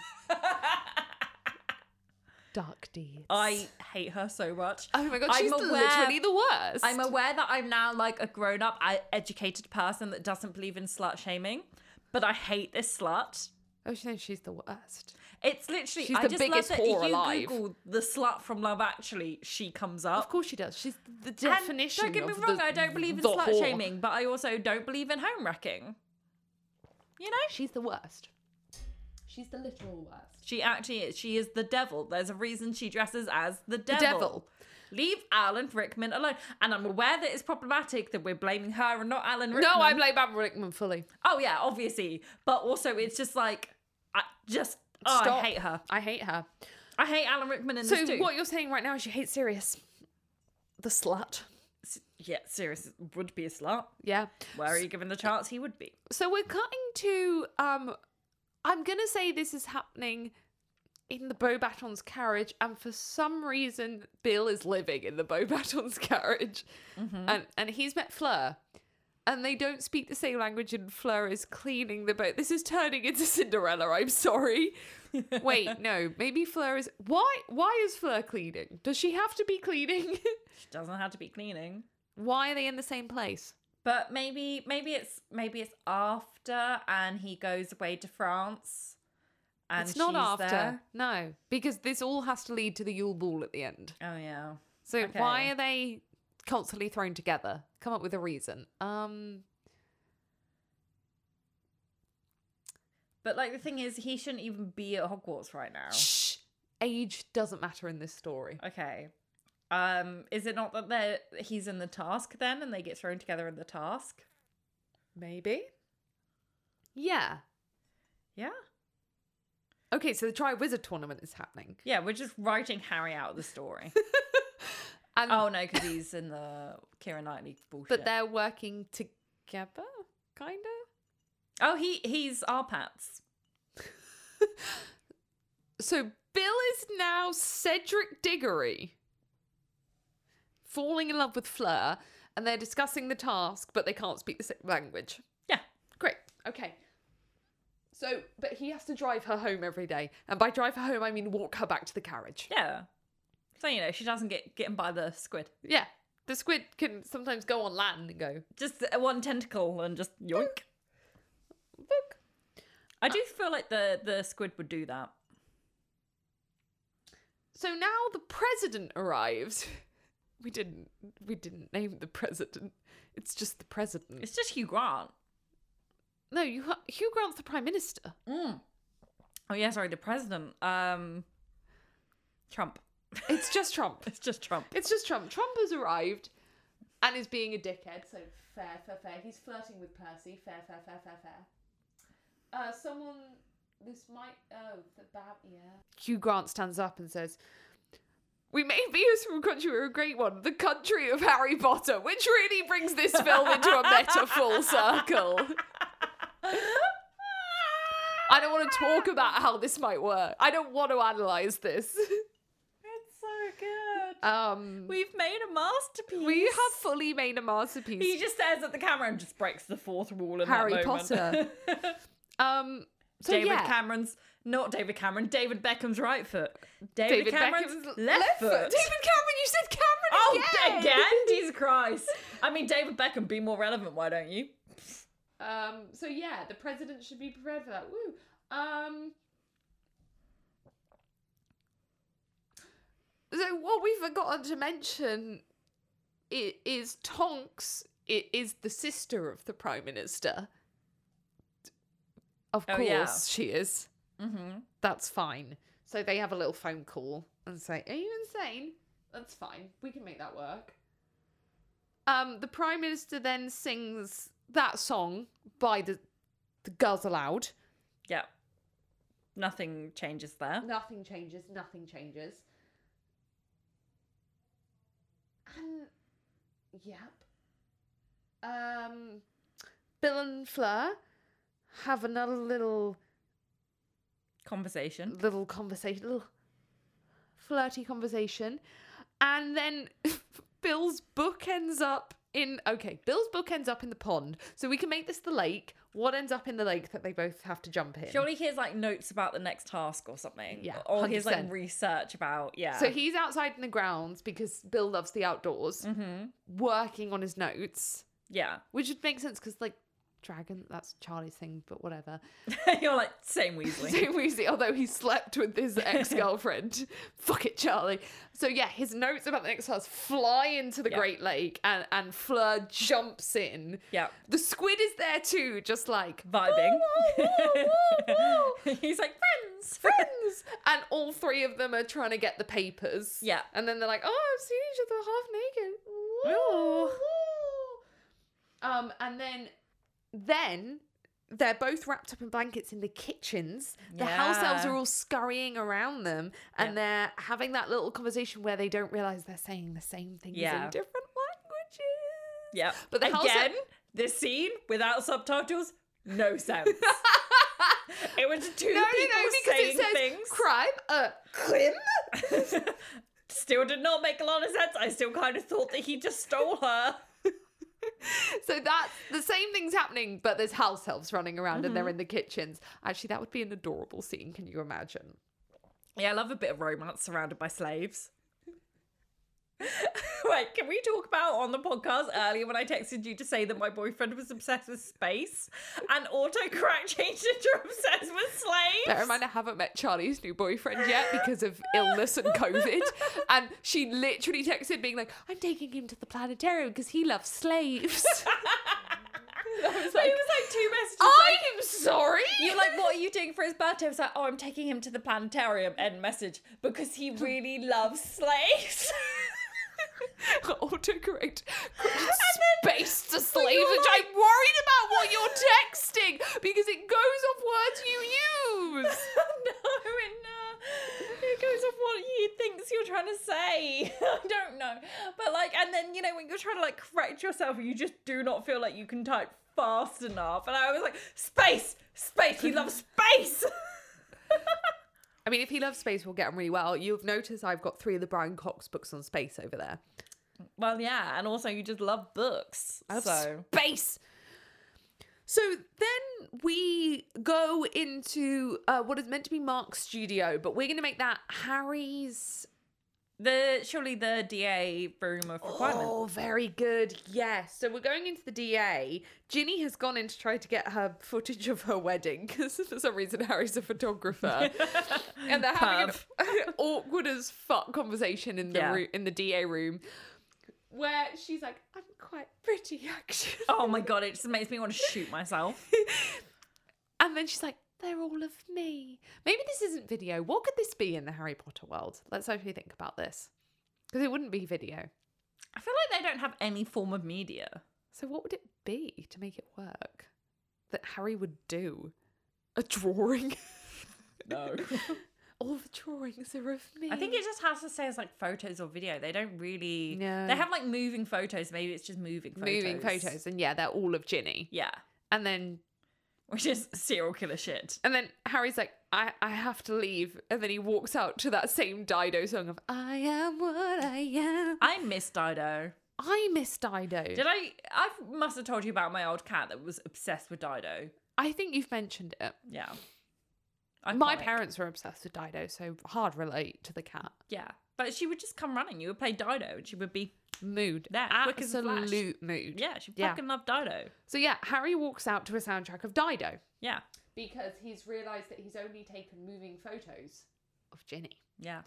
S1: dark deeds.
S2: I hate her so much.
S1: Oh my god,
S2: I'm
S1: she's
S2: aware-
S1: literally the worst.
S2: I'm aware that I'm now like a grown up, educated person that doesn't believe in slut shaming, but I hate this slut.
S1: oh, she's she's the worst.
S2: It's literally
S1: She's
S2: I
S1: the
S2: just
S1: biggest
S2: love that
S1: whore
S2: you
S1: alive.
S2: Google the slut from Love Actually, she comes up.
S1: Of course she does. She's the
S2: And
S1: definition.
S2: don't get me
S1: of
S2: wrong,
S1: the-
S2: I don't believe in
S1: the
S2: slut
S1: whore.
S2: shaming, but I also don't believe in home wrecking. You know,
S1: She's the worst. She's the literal worst.
S2: she actually is. She is the devil. There's a reason she dresses as the devil.
S1: devil.
S2: Leave Alan Rickman alone. And I'm aware that it's problematic that we're blaming her and not Alan Rickman.
S1: No, I blame Alan Rickman fully.
S2: Oh yeah, obviously. But also, it's just like, I just oh, I
S1: Stop.
S2: hate her.
S1: I hate her.
S2: I hate Alan Rickman in
S1: So
S2: this too.
S1: what you're saying right now is you hate Sirius, the slut.
S2: Yeah, serious would be a slut.
S1: Yeah.
S2: Where are you given the chance? He would be.
S1: So we're cutting to. um I'm gonna say this is happening in the Beaubaton's carriage, and for some reason, Bill is living in the Beaubaton's carriage, and and he's met Fleur, and they don't speak the same language, and Fleur is cleaning the boat. This is turning into Cinderella. I'm sorry. Wait, no, maybe Fleur is. Why? Why is Fleur cleaning? Does she have to be cleaning?
S2: She doesn't have to be cleaning.
S1: why are they in the same place?
S2: But maybe maybe it's maybe it's after and he goes away to France. And
S1: It's not
S2: she's
S1: after.
S2: there.
S1: No, because this all has to lead to the Yule Ball at the end.
S2: Oh yeah.
S1: So
S2: Okay.
S1: why are they constantly thrown together? Come up with a reason. Um,
S2: But like the thing is, he shouldn't even be at Hogwarts right now.
S1: shh. Age doesn't matter in this story.
S2: Okay. Um, is it not that they he's in the task then and they get thrown together in the task?
S1: Maybe. Yeah.
S2: Yeah.
S1: Okay, so the Tri Wizard tournament is happening.
S2: Yeah, we're just writing Harry out of the story.
S1: And
S2: oh no, because he's in the Kira Knightley bullshit.
S1: but they're working together, kinda?
S2: oh, he he's our pats.
S1: So Bill is now Cedric Diggory, falling in love with Fleur, and they're discussing the task, but they can't speak the same language.
S2: Yeah.
S1: Great. Okay. So, but he has to drive her home every day, and by drive her home, I mean walk her back to the carriage.
S2: Yeah. So you know she doesn't get get him by the squid.
S1: Yeah, the squid can sometimes go on land and go
S2: Just one tentacle and just yoink.
S1: look.
S2: I do feel like the the squid would do that.
S1: So now the president arrives. We didn't. We didn't name the president. It's just the president.
S2: It's just Hugh Grant.
S1: No, you. Hugh Grant's the prime
S2: Mm.
S1: minister.
S2: Oh yeah, sorry, the president. Um, Trump.
S1: It's just Trump.
S2: It's just Trump.
S1: It's just Trump. Trump has arrived and is being a dickhead, so fair, fair, fair. He's flirting with Percy, fair, fair, fair, fair, fair. Uh, someone, this might, oh, the bab, yeah. Hugh Grant stands up and says, we may be a small country, we're a great one. The country of Harry Potter, which really brings this film into a meta full circle. I don't want to talk about how this might work. I don't want to analyze this.
S2: It's so good.
S1: Um,
S2: We've made a masterpiece.
S1: We have fully made a masterpiece.
S2: He just stares at the camera and just breaks the fourth wall in
S1: Harry
S2: that moment.
S1: Potter. um, so
S2: David
S1: yeah,
S2: Cameron's not David Cameron. David Beckham's right foot. David,
S1: David
S2: Cameron's
S1: Beckham's
S2: left, foot.
S1: David Cameron, you said Cameron
S2: oh,
S1: again.
S2: again, Jesus Christ! I mean, David Beckham, be more relevant, why don't you?
S1: Um, so yeah, the president should be prepared for that. Woo. Um. So what we've forgotten to mention i- is Tonks i- is the sister of the prime minister. Of
S2: Oh,
S1: course
S2: yeah.
S1: she is.
S2: Mm-hmm.
S1: That's fine. So they have a little phone call and say, "Are you insane?" That's fine. We can make that work. Um, the prime minister then sings that song by the the girls aloud.
S2: Yeah. Nothing changes there.
S1: Nothing changes. Nothing changes. And yep. Um, Bill and Fleur have another little
S2: Conversation.
S1: little conversation, little flirty conversation. And then Bill's book ends up in okay, Bill's book ends up in the pond. So we can make this the lake. What ends up in the lake that they both have to jump in?
S2: Surely here's like notes about the next task or something.
S1: Yeah,
S2: Or here's like
S1: 100%.
S2: research about yeah.
S1: So he's outside in the grounds because Bill loves the outdoors, working on his notes,
S2: yeah.
S1: which would make sense because like dragon, that's Charlie's thing, but whatever.
S2: You're like same Weasley.
S1: Same Weasley, although he slept with his ex girlfriend. Fuck it, Charlie. So yeah, his notes about the next class fly into the
S2: Yeah.
S1: Great Lake, and and Fleur jumps in.
S2: Yeah.
S1: The squid is there too, just like
S2: Vibing.
S1: "Woo, woo, woo, woo, woo."
S2: he's like friends,
S1: friends, and all three of them are trying to get the papers.
S2: Yeah.
S1: and then they're like, "Oh, I've seen each other half naked." Woo,
S2: Ooh.
S1: woo." Um, and then then they're both wrapped up in blankets in the kitchens. The house elves
S2: Yeah.
S1: are all scurrying around them and they're having that little conversation where they don't realize they're saying the same things
S2: Yeah.
S1: in different languages.
S2: Yep.
S1: But the house
S2: again, this scene without subtitles, no sense. it was just two
S1: No, no,
S2: people
S1: no, because
S2: saying
S1: it says crime, uh, crim.
S2: things. still did not make a lot of sense. I still kind of thought that he just stole her.
S1: So that's the same thing's happening, but there's house elves running around and they're in the kitchens. Actually, that would be an adorable scene. Can you imagine?
S2: Yeah, I love a bit of romance surrounded by slaves. Wait, can we talk about on the podcast earlier when I texted you to say that my boyfriend was obsessed with space and autocorrect changed it to obsessed with slaves?
S1: Bear in mind, I haven't met Charlie's new boyfriend yet because of illness and COVID. And she literally texted being like, I'm taking him to the planetarium because he loves slaves.
S2: But it was like two messages. like-
S1: I'm sorry.
S2: You're like, what are you doing for his birthday? I was like, oh, I'm taking him to the planetarium. End message. Because he really loves slaves.
S1: autocorrect space to slaves, which I'm worried about what you're texting because it goes off words you use.
S2: no, it, no. It goes off what he thinks you're trying to say. I don't know. But like, and then, you know, when you're trying to like correct yourself, you just do not feel like you can type fast enough. And I was like, space, space. He loves space.
S1: I mean, if he loves space, we'll get on really well. You've noticed I've got three of the Brian Cox books on space over there.
S2: well, yeah. And also, you just love books.
S1: of
S2: so.
S1: space. So then we go into uh, what is meant to be Mark's studio, but we're going to make that Harry's.
S2: The surely the DA room of requirement.
S1: Oh, very good. Yes. So we're going into the DA. Ginny has gone in to try to get her footage of her wedding because for some reason Harry's a photographer, and they're having an awkward as fuck conversation in the
S2: Yeah.
S1: roo- in the DA room, where she's like, "I'm quite pretty, actually."
S2: Oh my god, it just makes me want to shoot myself.
S1: And then she's like, They're all of me. Maybe this isn't video. What could this be in the Harry Potter world? Let's actually think about this. Because it wouldn't be video.
S2: I feel like they don't have any form of media.
S1: So, what would it be to make it work that Harry would do? A drawing?
S2: No.
S1: All the drawings are of me.
S2: I think it just has to say as like photos or video. They don't really.
S1: No.
S2: They have like moving photos. Maybe it's just moving photos.
S1: moving photos, and yeah, they're all of Ginny.
S2: Yeah.
S1: And then,
S2: Which is serial killer shit.
S1: and then Harry's like, I, I have to leave, and then he walks out to that same Dido song of I am what I am.
S2: I miss Dido.
S1: I miss Dido.
S2: Did I? I must have told you about my old cat that was obsessed with Dido.
S1: I think you've mentioned it.
S2: Yeah.
S1: My
S2: Iconic.
S1: parents were obsessed with Dido, so hard relate to the cat.
S2: Yeah. But she would just come running. You would play Dido and she would be.
S1: Mood.
S2: There, quick as a flash.
S1: Absolute mood.
S2: Yeah, she
S1: Yeah.
S2: fucking loved Dido.
S1: So yeah, Harry walks out to a soundtrack of Dido.
S2: Yeah.
S1: Because he's realised that he's only taken moving photos of Ginny.
S2: Yeah.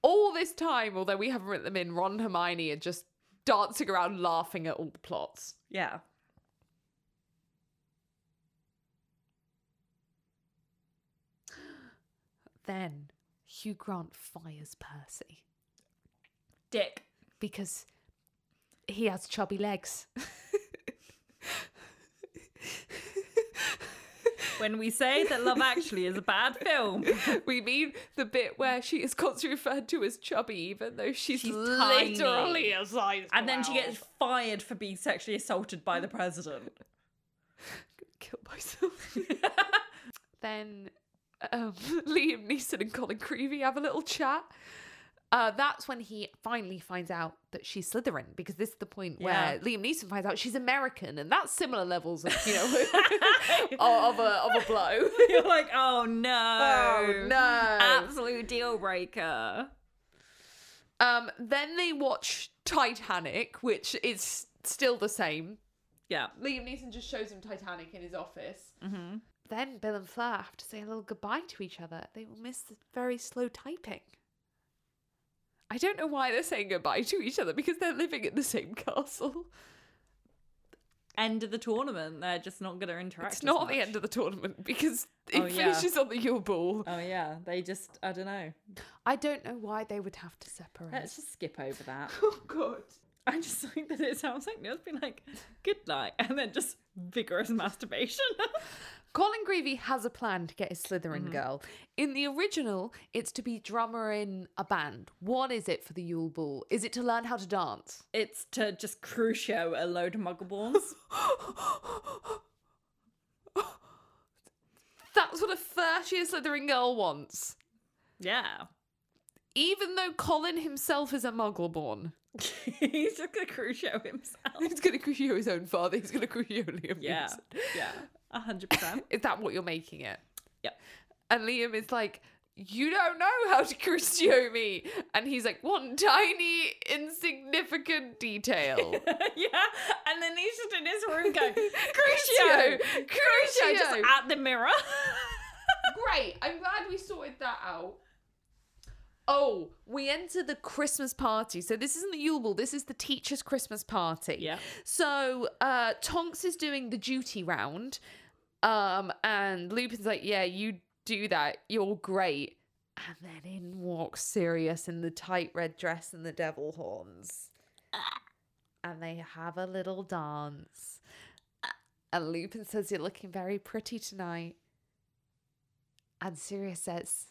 S1: All this time, although we haven't written them in, Ron and Hermione are just dancing around laughing at all the plots.
S2: Yeah.
S1: Then Hugh Grant fires Percy
S2: Dick.
S1: because he has chubby legs.
S2: When we say that Love Actually is a bad film,
S1: we mean the bit where she is constantly referred to as chubby, even though she's,
S2: She's
S1: literally
S2: tiny.
S1: a size.
S2: and then she
S1: 12.
S2: gets fired for being sexually assaulted by the president.
S1: kill myself. then um, Liam Neeson and Colin Creevy have a little chat. Uh, that's when he finally finds out that she's Slytherin because this is the point
S2: Yeah.
S1: where Liam Neeson finds out she's American, and that's similar levels of you know of, of a of a blow.
S2: You're like, oh no.
S1: Oh no!
S2: Absolute deal breaker.
S1: Um, then they watch Titanic, which is still the same.
S2: Yeah.
S1: Liam Neeson just shows him Titanic in his office. Mm-hmm. Then Bill and Fleur have to say a little goodbye to each other. They will miss the very slow typing. I don't know why they're saying goodbye to each other because they're living in the same castle.
S2: End of the tournament. They're just not going to interact.
S1: It's not the end of the tournament because it
S2: Oh, yeah.
S1: finishes on the Yule Ball.
S2: Oh yeah. They just, I don't know.
S1: I don't know why they would have to separate.
S2: Let's just skip over that.
S1: oh, God.
S2: I just think that it sounds like Neil's been like, good night, and then just vigorous masturbation.
S1: Colin Greavy has a plan to get his Slytherin girl. In the original, it's to be drummer in a band. What is it for the Yule Ball? Is it to learn how to dance?
S2: it's to just crucio a load of muggleborns.
S1: That's what a first year Slytherin girl wants.
S2: yeah.
S1: Even though Colin himself is a muggleborn.
S2: He's just gonna crucio himself.
S1: He's going to crucio his own father. He's going to crucio Liam.
S2: Yeah.
S1: Neeson.
S2: Yeah. A hundred percent.
S1: Is that what you're making it?
S2: Yep.
S1: And Liam is like, You don't know how to crucio me. And he's like, One tiny, insignificant detail.
S2: yeah. And then he's just in his room going,
S1: Crucio!
S2: Crucio! Crucio! Just
S1: Crucio!
S2: at the mirror.
S1: Great. I'm glad we sorted that out. Oh, we enter the Christmas party. So this isn't the Yule Ball. This is the teacher's Christmas party.
S2: Yeah.
S1: So uh, Tonks is doing the duty round, um, and Lupin's like, "Yeah, you do that. You're great." And then in walks Sirius in the tight red dress and the devil horns, and they have a little dance. And Lupin says, "You're looking very pretty tonight." And Sirius says,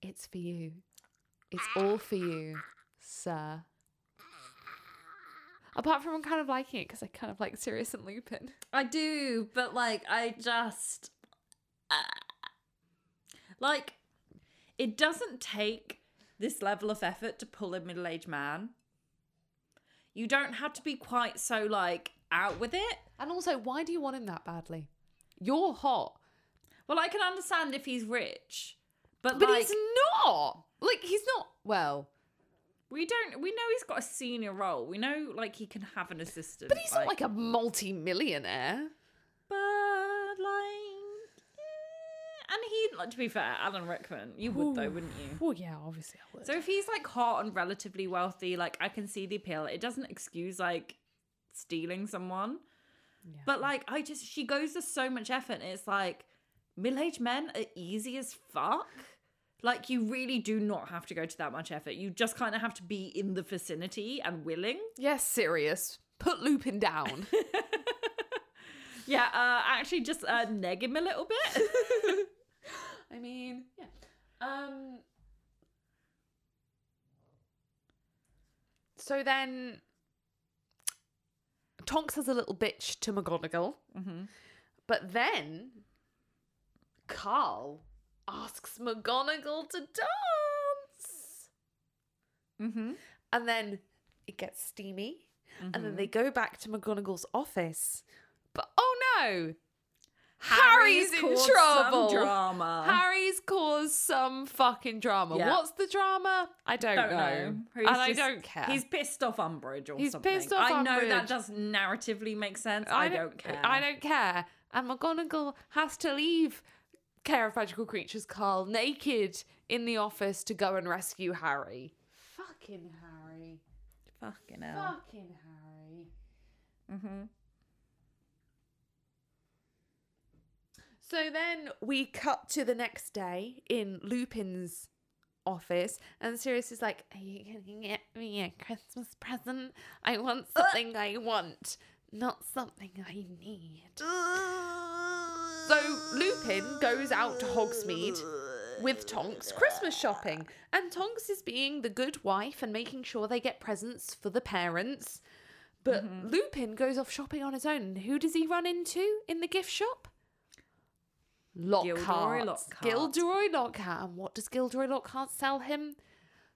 S1: It's for you. It's all for you, sir. Apart from I'm kind of liking it because I kind of like Sirius and Lupin.
S2: I do, but like I just uh, like it doesn't take this level of effort to pull a middle-aged man. You don't have to be quite so like out with it.
S1: And also, why do you want him that badly? You're hot.
S2: Well, I can understand if he's rich, but,
S1: But
S2: like
S1: he's not. Like, he's not. Well,
S2: we don't. We know he's got a senior role. We know like he can have an assistant.
S1: but he's not like a multi millionaire.
S2: But like, eh, and he. Like, to be fair, Alan Rickman, you would though, wouldn't you?
S1: Well, yeah, obviously I would.
S2: So if he's like hot and relatively wealthy, like I can see the appeal. It doesn't excuse like stealing someone. But like I just she goes to so much effort and it's like middle aged men are easy as fuck. Like, you really do not have to go to that much effort. You just kind of have to be in the vicinity and willing.
S1: Yes, serious. Put Lupin down.
S2: Yeah, uh, actually, just uh, neg him a little bit.
S1: I mean, yeah. Um. So then, Tonks has a little bitch to McGonagall, but then Carl asks McGonagall to dance,
S2: mm-hmm.
S1: and then it gets steamy, and then they go back to McGonagall's office, but oh no, Harry's, in trouble.
S2: drama.
S1: Harry's caused some fucking drama.
S2: Yeah.
S1: What's the drama? I don't,
S2: don't
S1: know.
S2: know.
S1: And
S2: He's
S1: I
S2: just-
S1: don't care.
S2: He's pissed off Umbridge or
S1: He's
S2: something.
S1: pissed off
S2: I know
S1: Umbridge.
S2: that doesn't narratively make sense. I, don't care.
S1: I don't care. And McGonagall has to leave Care of Magical Creatures Carl naked in the office to go and rescue Harry. Fucking Harry.
S2: Fucking hell.
S1: Fucking Harry.
S2: Mm-hmm.
S1: So then we cut to the next day in Lupin's office, and Sirius is like, Are you going to get me a Christmas present? I want something I want, not something I need. So Lupin goes out to Hogsmeade with Tonks Christmas shopping, and Tonks is being the good wife and making sure they get presents for the parents. But Lupin goes off shopping on his own. and Who does he run into in the gift shop? Lockhart.
S2: Lockhart.
S1: Gilderoy Lockhart. And what does Gilderoy Lockhart sell him?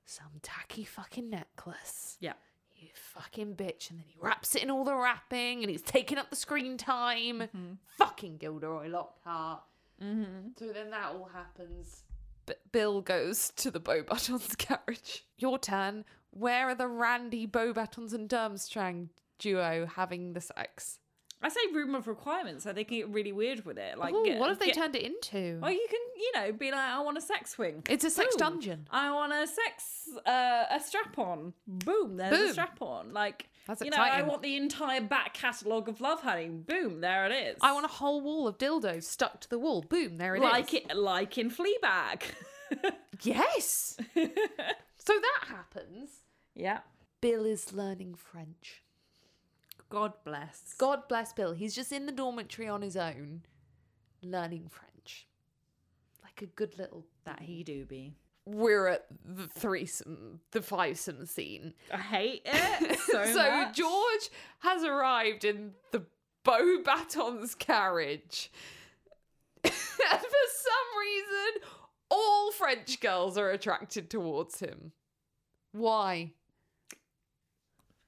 S1: Some tacky fucking necklace.
S2: Yeah.
S1: You fucking bitch. And then he wraps it in all the wrapping and he's taking up the screen time. Fucking Gilderoy Lockhart. So then that all happens. But Mm-hmm. Bill goes to the Beaubatons carriage. Your turn. Where are the Randy Beaubatons and Durmstrang duo having the sex?
S2: I say room of requirement, so they can get really weird with it. Like,
S1: Ooh,
S2: get-
S1: what have they
S2: get-
S1: turned it into?
S2: Well, you can, you know, be like, I want a sex swing.
S1: it's a sex
S2: Boom.
S1: dungeon.
S2: I want a sex, uh, a strap on. Boom, there's
S1: Boom.
S2: a strap on. Like,
S1: That's
S2: you know,
S1: exciting.
S2: I want the entire back catalogue of Love Honey. Boom, there it is.
S1: I want a whole wall of dildos stuck to the wall. Boom, there it is.
S2: like it, like in Fleabag.
S1: Yes. so that happens.
S2: yeah.
S1: Bill is learning French.
S2: God bless.
S1: God bless Bill. He's just in the dormitory on his own, learning French. Like a good little
S2: That he do be.
S1: We're at the threesome, the fivesome scene.
S2: I hate it so,
S1: So
S2: much.
S1: George has arrived in the Beau Baton's carriage. and for some reason, all French girls are attracted towards him. Why?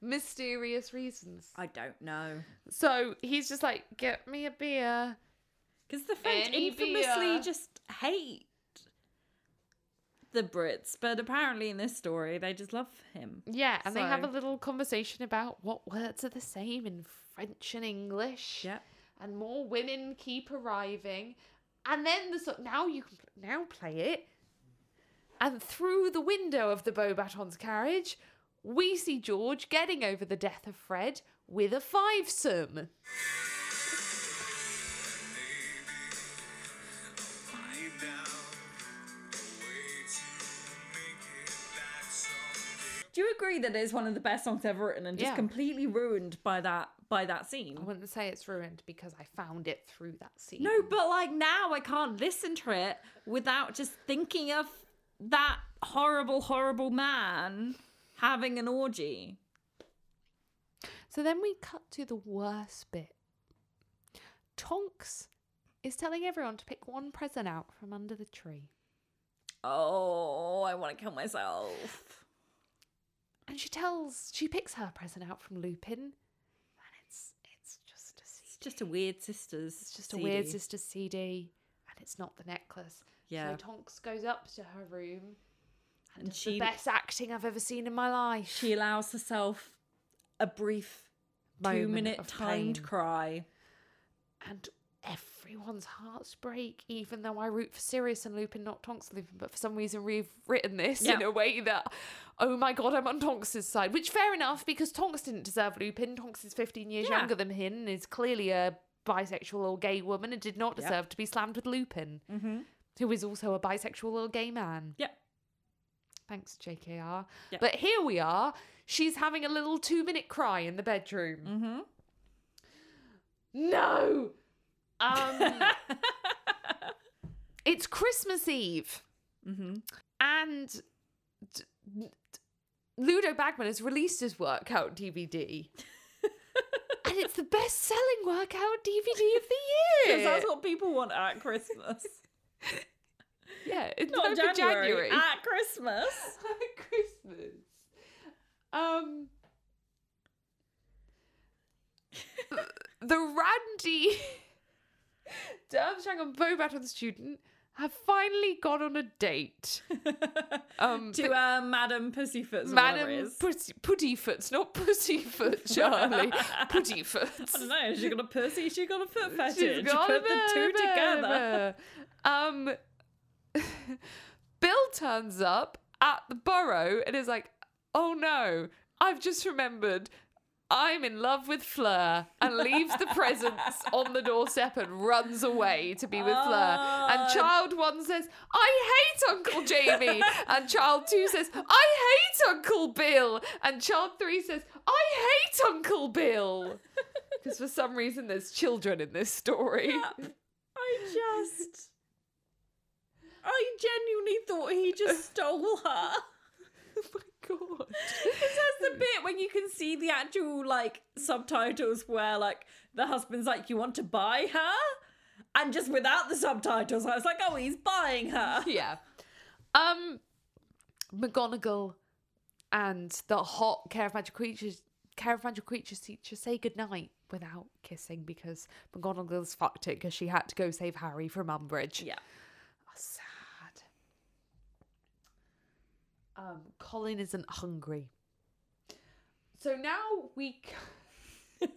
S1: Mysterious reasons.
S2: I don't know.
S1: So he's just like, get me a beer.
S2: Because the French
S1: Any
S2: infamously
S1: beer.
S2: just hate the Brits, but apparently in this story they just love him.
S1: Yeah, and they have a
S2: So-
S1: little conversation about what words are the same in French and English.
S2: Yep.
S1: and more women keep arriving. And then the so- now you can pl- now play it. And through the window of the Beaubaton's carriage, we see George getting over the death of Fred with a fivesome.
S2: Do you agree that it's one of the best songs ever written and just
S1: Yeah.
S2: completely ruined by that by that scene?
S1: I wouldn't say it's ruined because I found it through that scene.
S2: No, but like now I can't listen to it without just thinking of that horrible, horrible man having an orgy.
S1: So then we cut to the worst bit. Tonks is telling everyone to pick one present out from under the tree.
S2: Oh, I want to kill myself.
S1: and she tells she picks her present out from Lupin, and it's it's just a CD.
S2: It's just a weird sisters.
S1: It's just a weird
S2: CD.
S1: sister CD, and it's not the necklace.
S2: Yeah.
S1: So Tonks goes up to her room, and,
S2: And
S1: does the
S2: she-
S1: best acting I've ever seen in my life.
S2: She allows herself a brief
S1: Moment
S2: two minute
S1: of
S2: timed
S1: pain.
S2: cry.
S1: and everyone's hearts break. Even though I root for Sirius and Lupin, not Tonks and Lupin, but for some reason we've written this in
S2: Yeah.
S1: a way that, oh my god, I'm on Tonks's side. Which fair enough because Tonks didn't deserve Lupin. Tonks is 15 years
S2: Yeah.
S1: younger than him and is clearly a bisexual or gay woman and did not deserve to be slammed with Lupin, who is also a bisexual or gay man.
S2: Mm-hmm. Yep.
S1: Thanks, JKR.
S2: Yep.
S1: But here we are. She's having a little two minute cry in the bedroom.
S2: Mm-hmm.
S1: No! Um, it's Christmas Eve.
S2: Mm-hmm.
S1: and d- d- Ludo Bagman has released his workout DVD. and it's the best selling workout DVD of the year.
S2: Because that's what people want at Christmas.
S1: yeah, it's
S2: Not
S1: November,
S2: January, Ah.
S1: January.
S2: At Christmas.
S1: Christmas. Um The Randy Dermshang and Bobaton student have finally gone on a date. Um
S2: to uh, Madam Pussyfoot's or whatever it
S1: Madam
S2: is.
S1: Pussy, Puttyfoot's, not Pussyfoot, Charlie. Puttyfoot's.
S2: I don't know. She got a pussy. She got a foot fetish.
S1: She's got
S2: Put the two
S1: a
S2: together.
S1: baby. Um, Bill turns up at the borough and is like, "Oh no, I've just remembered." I'm in love with Fleur and leaves the presents on the doorstep and runs away to be with Fleur. And
S2: Oh.
S1: child one says, I hate Uncle Jamie. and child two says, I hate Uncle Bill. And child three says, I hate Uncle Bill. Because for some reason, there's children in this story. Oh
S2: I just. I genuinely thought he just stole her.
S1: Oh my god.
S2: That's the bit when you can see the actual like subtitles where like the husband's like, "You want to buy her," and just without the subtitles, I was like, "Oh, he's buying her."
S1: yeah. Um, McGonagall and the hot Care of Magic Creatures Care of Magic Creatures teacher say goodnight without kissing because McGonagall's fucked it because she had to go save Harry from Umbridge.
S2: Yeah.
S1: Sad. Um, Colin isn't hungry. So now we. c-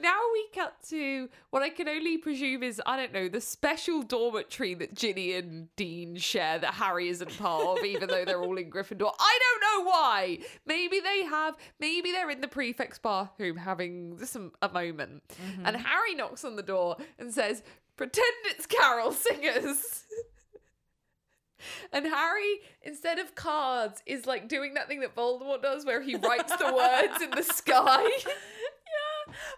S1: now we cut to what I can only presume is, I don't know, the special dormitory that Ginny and Dean share that Harry isn't part of, even though they're all in Gryffindor. I don't know why. Maybe they have, maybe they're in the prefect's bathroom having some a moment. And Harry knocks on the door and says, Pretend it's Carol Singers. And Harry, instead of cards, is like doing that thing that Voldemort does where he writes the words in the sky.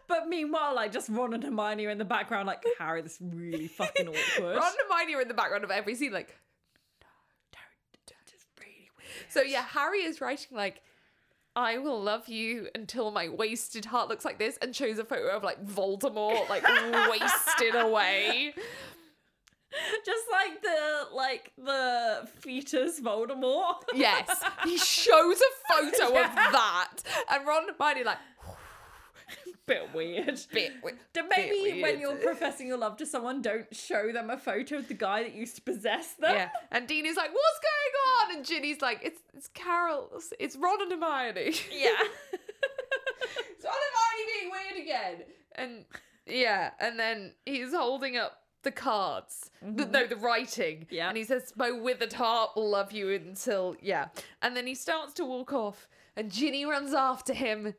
S2: But meanwhile, like just Ron and Hermione are in the background, like Harry, this is really fucking awkward.
S1: Ron and Hermione are in the background of every scene, like, so yeah, Harry is writing like, I will love you until my wasted heart looks like this, and shows a photo of like Voldemort, like wasted away.
S2: just like the like the fetus Voldemort.
S1: Yes, he shows a photo of that, and Ron and Hermione like,
S2: Bit weird.
S1: bit. wi-
S2: Then
S1: bit
S2: maybe when
S1: weird.
S2: you're professing your love to someone, don't show them a photo of the guy that used to possess them.
S1: Yeah, and Dean is like, "What's going on?" And Ginny's like, "It's it's Carol, it's- it's Ron and Hermione. it's
S2: Yeah.
S1: Ron and Hermione being weird again." And yeah, and then he's holding up the cards, the, no, the writing.
S2: Yeah.
S1: and he says, "My withered heart will love you until yeah." And then he starts to walk off, and Ginny runs after him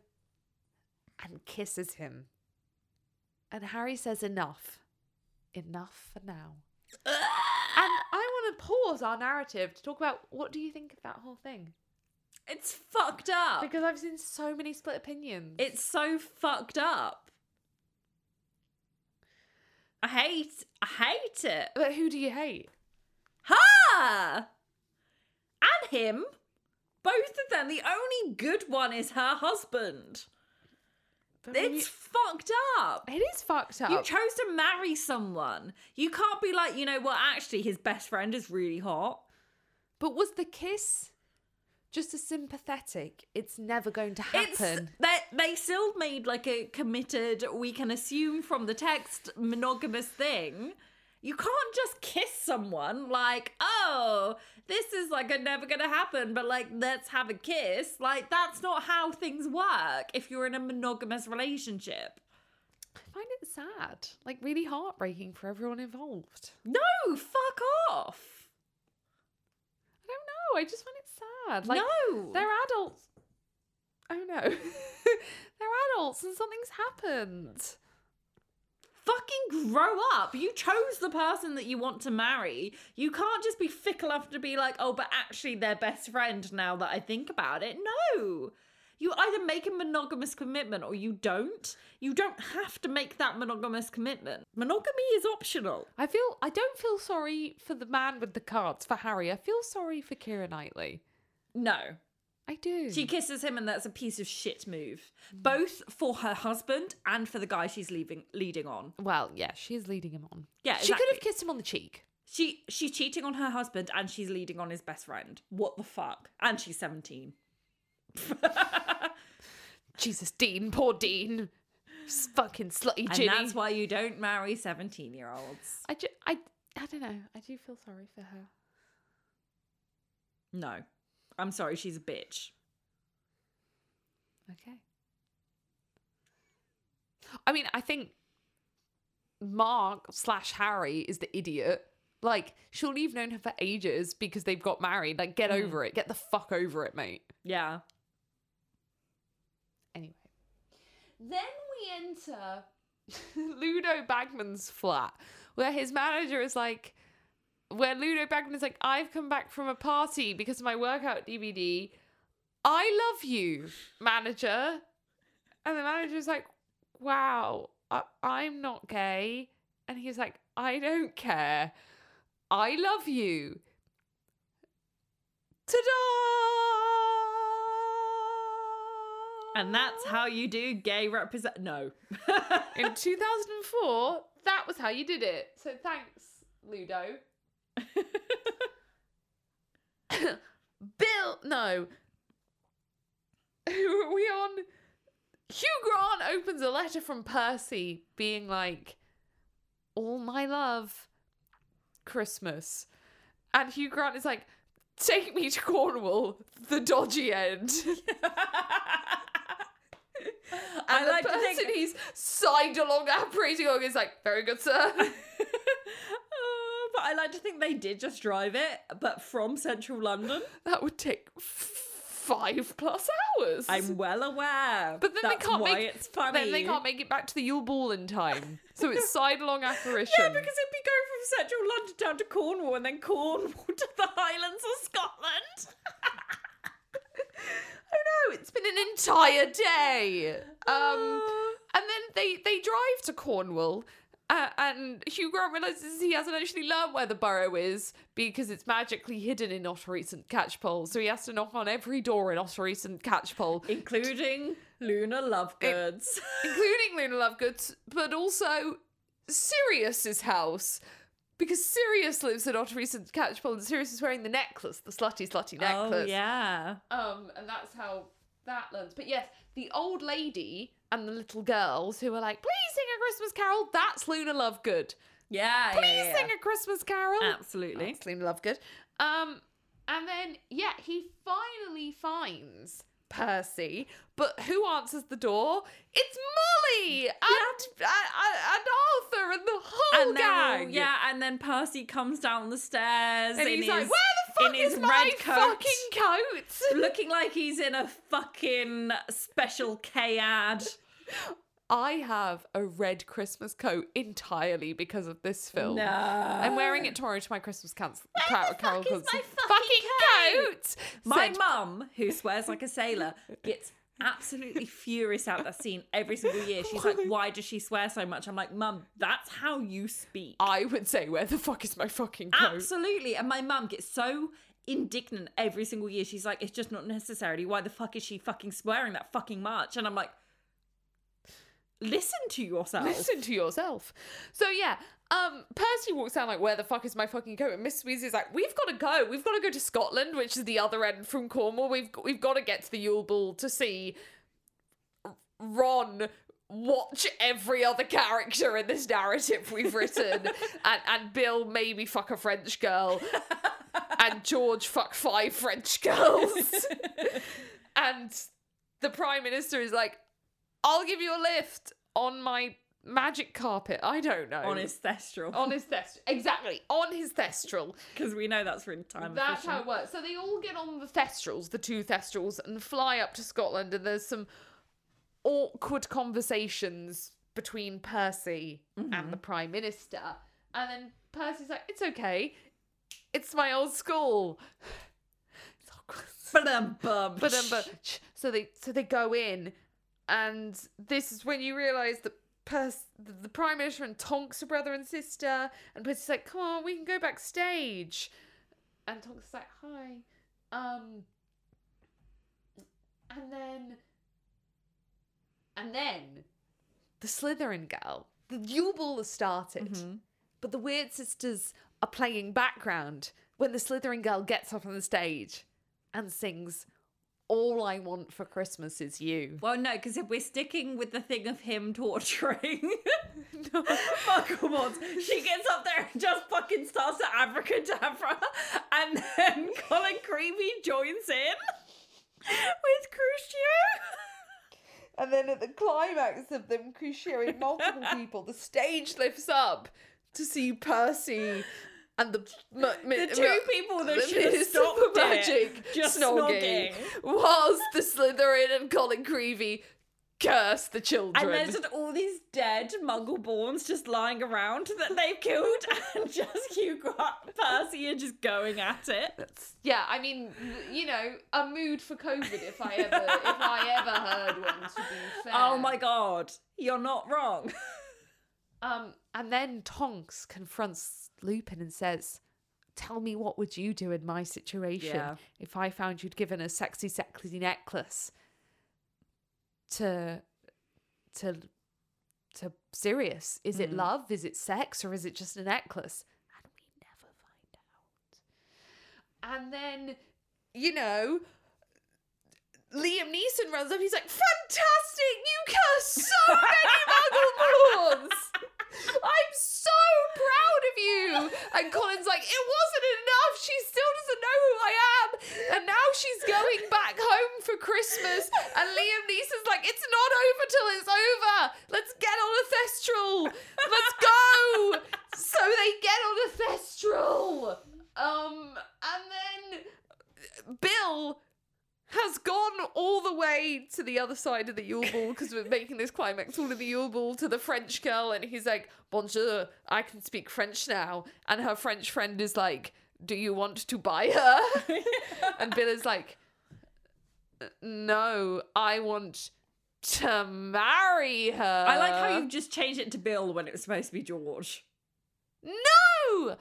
S1: and kisses him. And Harry says, "Enough, enough for now." And I want to pause our narrative to talk about what do you think of that whole thing?
S2: It's fucked up.
S1: Because I've seen so many split opinions.
S2: it's so fucked up. I hate I hate it.
S1: but who do you hate?
S2: Her and him. Both of them. The only good one is her husband.
S1: But when
S2: It's fucked up.
S1: you- it is fucked up.
S2: You chose to marry someone. You can't be like, you know what, actually, his best friend is really hot.
S1: but was the kiss just a sympathetic? It's never going to happen.
S2: It's that they still made like a committed, we can assume from the text, monogamous thing. You can't just kiss someone like, oh, this is like a never gonna happen, but like let's have a kiss. Like that's not how things work if you're in a monogamous relationship.
S1: I find it sad, like really heartbreaking for everyone involved.
S2: No, fuck off.
S1: I don't know. I just find it sad. Like
S2: no.
S1: they're adults. Oh no, they're adults, and something's happened.
S2: fucking grow up. You chose the person that you want to marry. You can't just be fickle enough to be like, oh, but actually they're best friend now that I think about it. No. You either make a monogamous commitment or you don't. You don't have to make that monogamous commitment. Monogamy is optional.
S1: I feel I don't feel sorry for the man with the cards for Harry. I feel sorry for Kira Knightley.
S2: No.
S1: I do.
S2: She kisses him, and that's a piece of shit move, both for her husband and for the guy she's leaving, leading on.
S1: well, yeah, she is leading him on.
S2: Yeah,
S1: she could have
S2: exactly.
S1: kissed him on the cheek.
S2: She she's cheating on her husband, and she's leading on his best friend. What the fuck? And she's seventeen.
S1: Jesus, Dean, poor Dean, S- fucking slutty
S2: And
S1: Ginny.
S2: that's why you don't marry seventeen-year-olds.
S1: I, ju- I, I don't know. I do feel sorry for her.
S2: No, I'm sorry, she's a bitch.
S1: Okay. I mean, I think Mark slash Harry is the idiot. Like, surely you've known her for ages because they've got married. Like,
S2: Hmm.
S1: get over it. Get the fuck over it, mate.
S2: Yeah.
S1: Anyway. Then we enter Ludo Bagman's flat, where his manager is like, where Ludo Bagman is like, I've come back from a party because of my workout DVD. I love you, manager. And the manager's like, wow, I- I'm not gay. And he's like, I don't care. I love you. Ta da!
S2: And that's how you do gay represent. No.
S1: in 2004, that was how you did it. So thanks, Ludo. Bill, no. Who are we on? Hugh Grant opens a letter from Percy being like, All my love, Christmas. And Hugh Grant is like, Take me to Cornwall, the dodgy end. And
S2: I
S1: the
S2: like to
S1: person
S2: think
S1: he's signed along at praising is like, very good, sir.
S2: Uh, but I like to think they did just drive it, but from central London.
S1: that would take f- five plus hours.
S2: I'm well aware.
S1: but then
S2: That's
S1: they can't
S2: why
S1: make
S2: it's funny.
S1: then they can't make it back to the Yule Ball in time. So it's side along apparition.
S2: Yeah, because it'd be going from central London down to Cornwall and then Cornwall to the Highlands of Scotland.
S1: oh no, it's been an entire day. Um, and then they they drive to Cornwall. Uh, and Hugh Grant realizes he hasn't actually learned where the borough is because it's magically hidden in Ottery St. Catchpole. So he has to knock on every door in Ottery St. Catchpole
S2: Including Luna Lovebirds.
S1: including Luna Lovegood, but also Sirius's house. Because Sirius lives at Ottery St. Catchpole, and Sirius is wearing the necklace, the slutty, slutty necklace.
S2: Oh, yeah.
S1: Um, and that's how that learns. But yes, the old lady and the little girls who are like, please sing a Christmas carol, that's Luna Lovegood.
S2: Yeah.
S1: Please sing a Christmas carol.
S2: Absolutely.
S1: That's Luna Lovegood. Um, and then, yeah, he finally finds Percy, but who answers the door? It's Molly and, and, and Arthur and the whole
S2: and
S1: gang.
S2: then, yeah, and then Percy comes down the stairs
S1: And
S2: in
S1: he's
S2: his,
S1: like, where the
S2: in
S1: fuck is
S2: his
S1: my
S2: red coat,
S1: fucking coat?
S2: looking like he's in a fucking special K ad.
S1: I have a red Christmas coat entirely because of this film. I'm wearing it tomorrow to my Christmas canc- car- carol
S2: is my
S1: concert.
S2: fucking
S1: coat!
S2: My
S1: Said-
S2: mum, who swears like a sailor, gets absolutely furious at that scene every single year. She's like, why does she swear so much? I'm like, mum, that's how you speak.
S1: I would say, where the fuck is my fucking
S2: Ah,
S1: coat?
S2: Absolutely. And my mum gets so indignant every single year. She's like, it's just not necessarily. Why the fuck is she fucking swearing that fucking much? And I'm like, listen to yourself.
S1: Listen to yourself. So yeah, um, Percy walks down like, where the fuck is my fucking coat? And Miss Weasley's like, we've got to go. We've got to go to Scotland, which is the other end from Cornwall. We've we've got to get to the Yule Ball to see R- Ron watch every other character in this narrative we've written, and and Bill maybe fuck a French girl, and George fuck five French girls, and the Prime Minister is like, I'll give you a lift on my magic carpet. I don't know.
S2: On his thestral.
S1: On his thestral. Exactly. On his thestral.
S2: Because we know that's really time
S1: That's
S2: efficient.
S1: how it works. So they all get on the thestrals, the two thestrals, and fly up to Scotland, and there's some awkward conversations between Percy and the Prime Minister. And then Percy's like, it's okay. It's my old school. It's awkward.
S2: Ba-dum, bum.
S1: But um, but sh- so they so they go in, and this is when you realise that Pers- the, the prime minister and Tonks are brother and sister, and Percy's like, "Come on, we can go backstage," and Tonks is like, "Hi," um, and then, and then, the Slytherin girl, the Yule has started, but the Weird Sisters are playing background when the Slytherin girl gets up on the stage and sings all I want for Christmas is you.
S2: Well, no, because if we're sticking with the thing of him torturing Bucklewatts, she gets up there and just fucking starts at Abracadabra, and then Colin Creevy joins in with Crucio.
S1: And then at the climax of them cruciating multiple people, the stage lifts up to see Percy and the
S2: The two people that should have stopped
S1: super
S2: it,
S1: magic
S2: just
S1: snogging,
S2: snogging.
S1: whilst the Slytherin and Colin Creevy curse the children.
S2: And there's just all these dead Muggleborns just lying around that they've killed, and just you got Percy and just going at it.
S1: Yeah, I mean, you know, a mood for COVID. If I ever, if I ever heard one, to be fair.
S2: Oh my god, you're not wrong.
S1: Um, and then Tonks confronts Lupin and says, "Tell me, what would you do in my situation
S2: Yeah.
S1: if I found you'd given a sexy, sexy necklace to to to Sirius? Is it love? Is it sex? Or is it just a necklace?" And we never find out. And then, you know. Liam Neeson runs up. He's like, "Fantastic! You cursed so many Muggleborns. I'm so proud of you." And Colin's like, "It wasn't enough. She still doesn't know who I am, and now she's going back home for Christmas." And Liam Neeson's like, "It's not over till it's over. Let's get on a thestral. Let's go." so they get on a thestral. Um, and then Bill has gone all the way to the other side of the Yule Ball because we're making this climax all of the Yule Ball to the French girl, and he's like, Bonjour, I can speak French now. And her French friend is like, Do you want to buy her? and Bill is like, No, I want to marry her.
S2: I like how you just changed it to Bill when it was supposed to be George.
S1: No!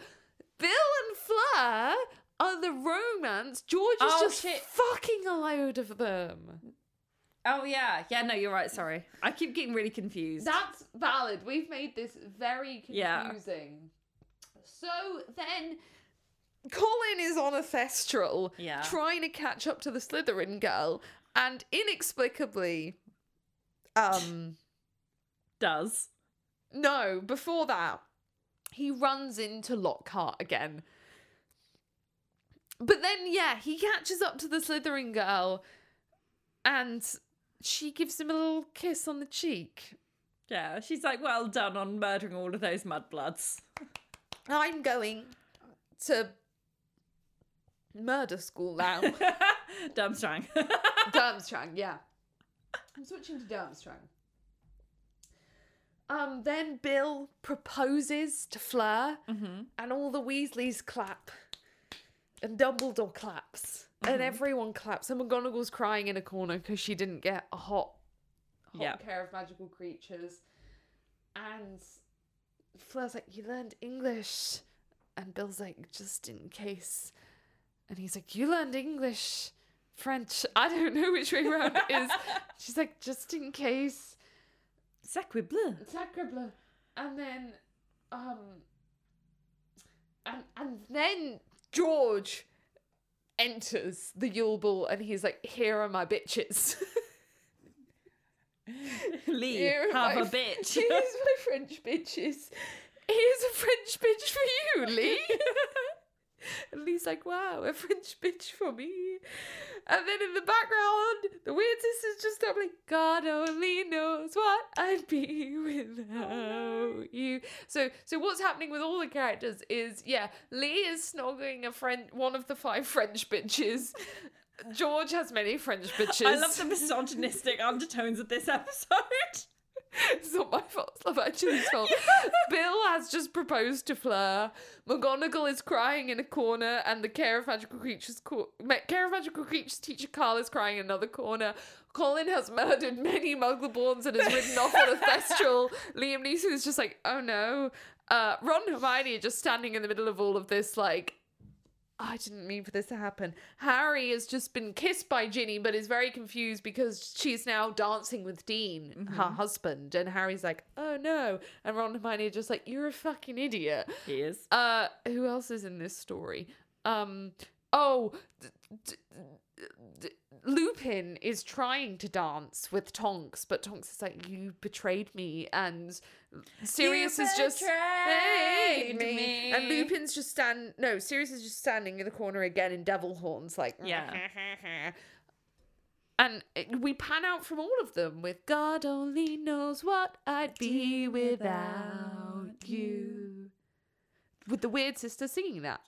S1: Bill and Fleur are the romance. George is
S2: Oh,
S1: just
S2: shit.
S1: fucking a load of them.
S2: Oh yeah, yeah. No, you're right. Sorry, I keep getting really confused.
S1: That's valid. We've made this very
S2: Yeah.
S1: confusing. So then Colin is on a thestral
S2: Yeah.
S1: trying to catch up to the Slytherin girl and inexplicably um
S2: Does
S1: no, before that he runs into Lockhart again. But then yeah, he catches up to the Slytherin girl and she gives him a little kiss on the cheek.
S2: yeah? She's like, well done on murdering all of those mudbloods.
S1: I'm going to murder school now.
S2: Dumbstrang.
S1: Durmstrang, yeah. I'm switching to Durmstrang. Um, then Bill proposes to Fleur, and all the Weasleys clap, and Dumbledore claps, and everyone claps, and McGonagall's crying in a corner because she didn't get a hot, hot
S2: Yeah.
S1: care of magical creatures, and Fleur's like, "You learned English," and Bill's like, "Just in case." And he's like, You learned English, French. I don't know which way around it is. She's like, Just in case.
S2: Sacre bleu.
S1: Sacre bleu. And then, um, and, and then George enters the Yule Ball and he's like, Here are my bitches.
S2: Lee,
S1: Here are
S2: have
S1: my-
S2: a bitch.
S1: Here's my French bitches. Here's a French bitch for you, Lee. and Lee's like, wow, a French bitch for me. And then in the background, the weird sister's just up like, God only knows what I'd be without
S2: Oh,
S1: you. So so what's happening with all the characters is, yeah, Lee is snogging a friend one of the five French bitches. George has many French bitches.
S2: I love the misogynistic undertones of this episode.
S1: It's not my fault. It's Love Actually's fault. Bill has just proposed to Fleur. McGonagall is crying in a corner, and the Care of Magical Creatures co- Ma- Care of Magical Creatures teacher Carl is crying in another corner. Colin has murdered many Muggleborns and is ridden off on a thestral. Liam Neeson is just like, oh no. Uh, Ron and Hermione are just standing in the middle of all of this, like, I didn't mean for this to happen. Harry has just been kissed by Ginny, but is very confused because she's now dancing with Dean, her husband. And Harry's like, oh no. And Ron and Hermione are just like, you're a fucking idiot.
S2: He is.
S1: Uh, who else is in this story? Um, oh, d- d- d- Lupin is trying to dance with Tonks, but Tonks is like, "You betrayed me," and Sirius is just
S2: betrayed
S1: "Betrayed
S2: me."
S1: and Lupin's just stand. No, Sirius is just standing in the corner again in devil horns, like
S4: Yeah.
S1: And it- we pan out from all of them with God only knows what I'd be without you. With the weird sister singing that.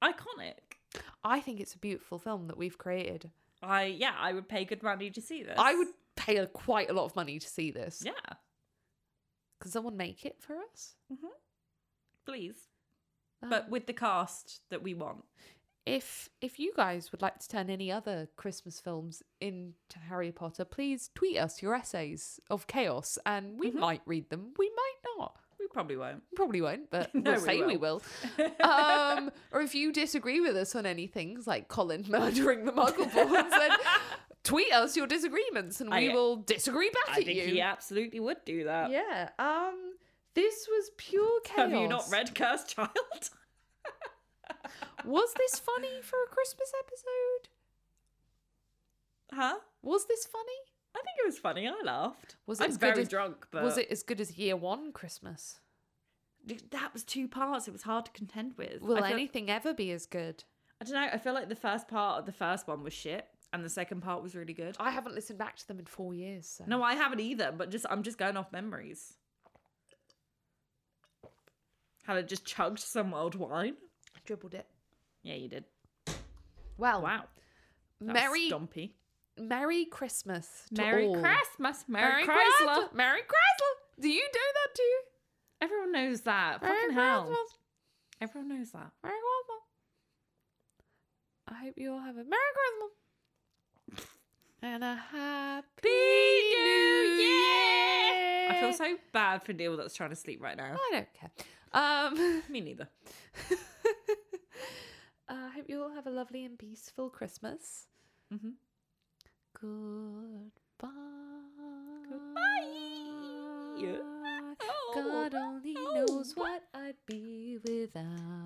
S2: Iconic.
S1: I think it's a beautiful film that we've created.
S2: I yeah, I would pay good money to see this.
S1: I would pay a, quite a lot of money to see this.
S2: Yeah,
S1: Can someone make it for us?
S2: please.
S1: Um,
S2: But with the cast that we want.
S1: if if you guys would like to turn any other Christmas films into Harry Potter, please tweet us your essays of chaos, and we might read them. We might not.
S2: We probably won't.
S1: We probably won't, but
S2: No,
S1: we'll
S2: we
S1: say we will.
S2: will.
S1: um, or if you disagree with us on any things like Colin murdering the Muggleborns, then tweet us your disagreements, and we
S2: I-
S1: will disagree back
S2: I
S1: at
S2: think
S1: you.
S2: he absolutely would do that.
S1: Yeah. Um. This was pure chaos.
S2: Have you not read Cursed Child?
S1: Was this funny for a Christmas episode?
S2: huh?
S1: Was this funny?
S2: I think it was funny. I laughed.
S1: Was it
S2: I'm
S1: as good
S2: very
S1: as-
S2: drunk, but
S1: Was it as good as Year One Christmas?
S2: That was two parts. It was hard to contend with.
S1: Will
S2: I feel-
S1: anything ever be as good?
S2: I don't know. I feel like the first part of the first one was shit, and the second part was really good.
S1: I haven't listened back to them in four years. So.
S2: No, I haven't either. But just I'm just going off memories. Hannah just chugged some old wine.
S1: I dribbled it.
S2: Yeah, you did.
S1: Well,
S2: Wow. That was
S1: Merry,
S2: Stompy.
S1: Merry Christmas. To
S2: Merry
S1: all.
S2: Christmas.
S1: Merry
S2: Merry, Chrysler.
S1: Christmas. Merry Chrysler. Do you do that too?
S2: Everyone knows that. Fucking
S1: Merry
S2: hell.
S1: Christmas.
S2: Everyone knows that.
S1: Merry Christmas. I hope you all have a Merry Christmas and a Happy New Year.
S2: I feel so bad for Neil that's trying to sleep right now.
S1: I don't care. Um,
S2: Me neither.
S1: uh, I hope you all have a lovely and peaceful Christmas.
S2: Mhm.
S1: Goodbye.
S2: Yeah.
S1: God only knows what I'd be without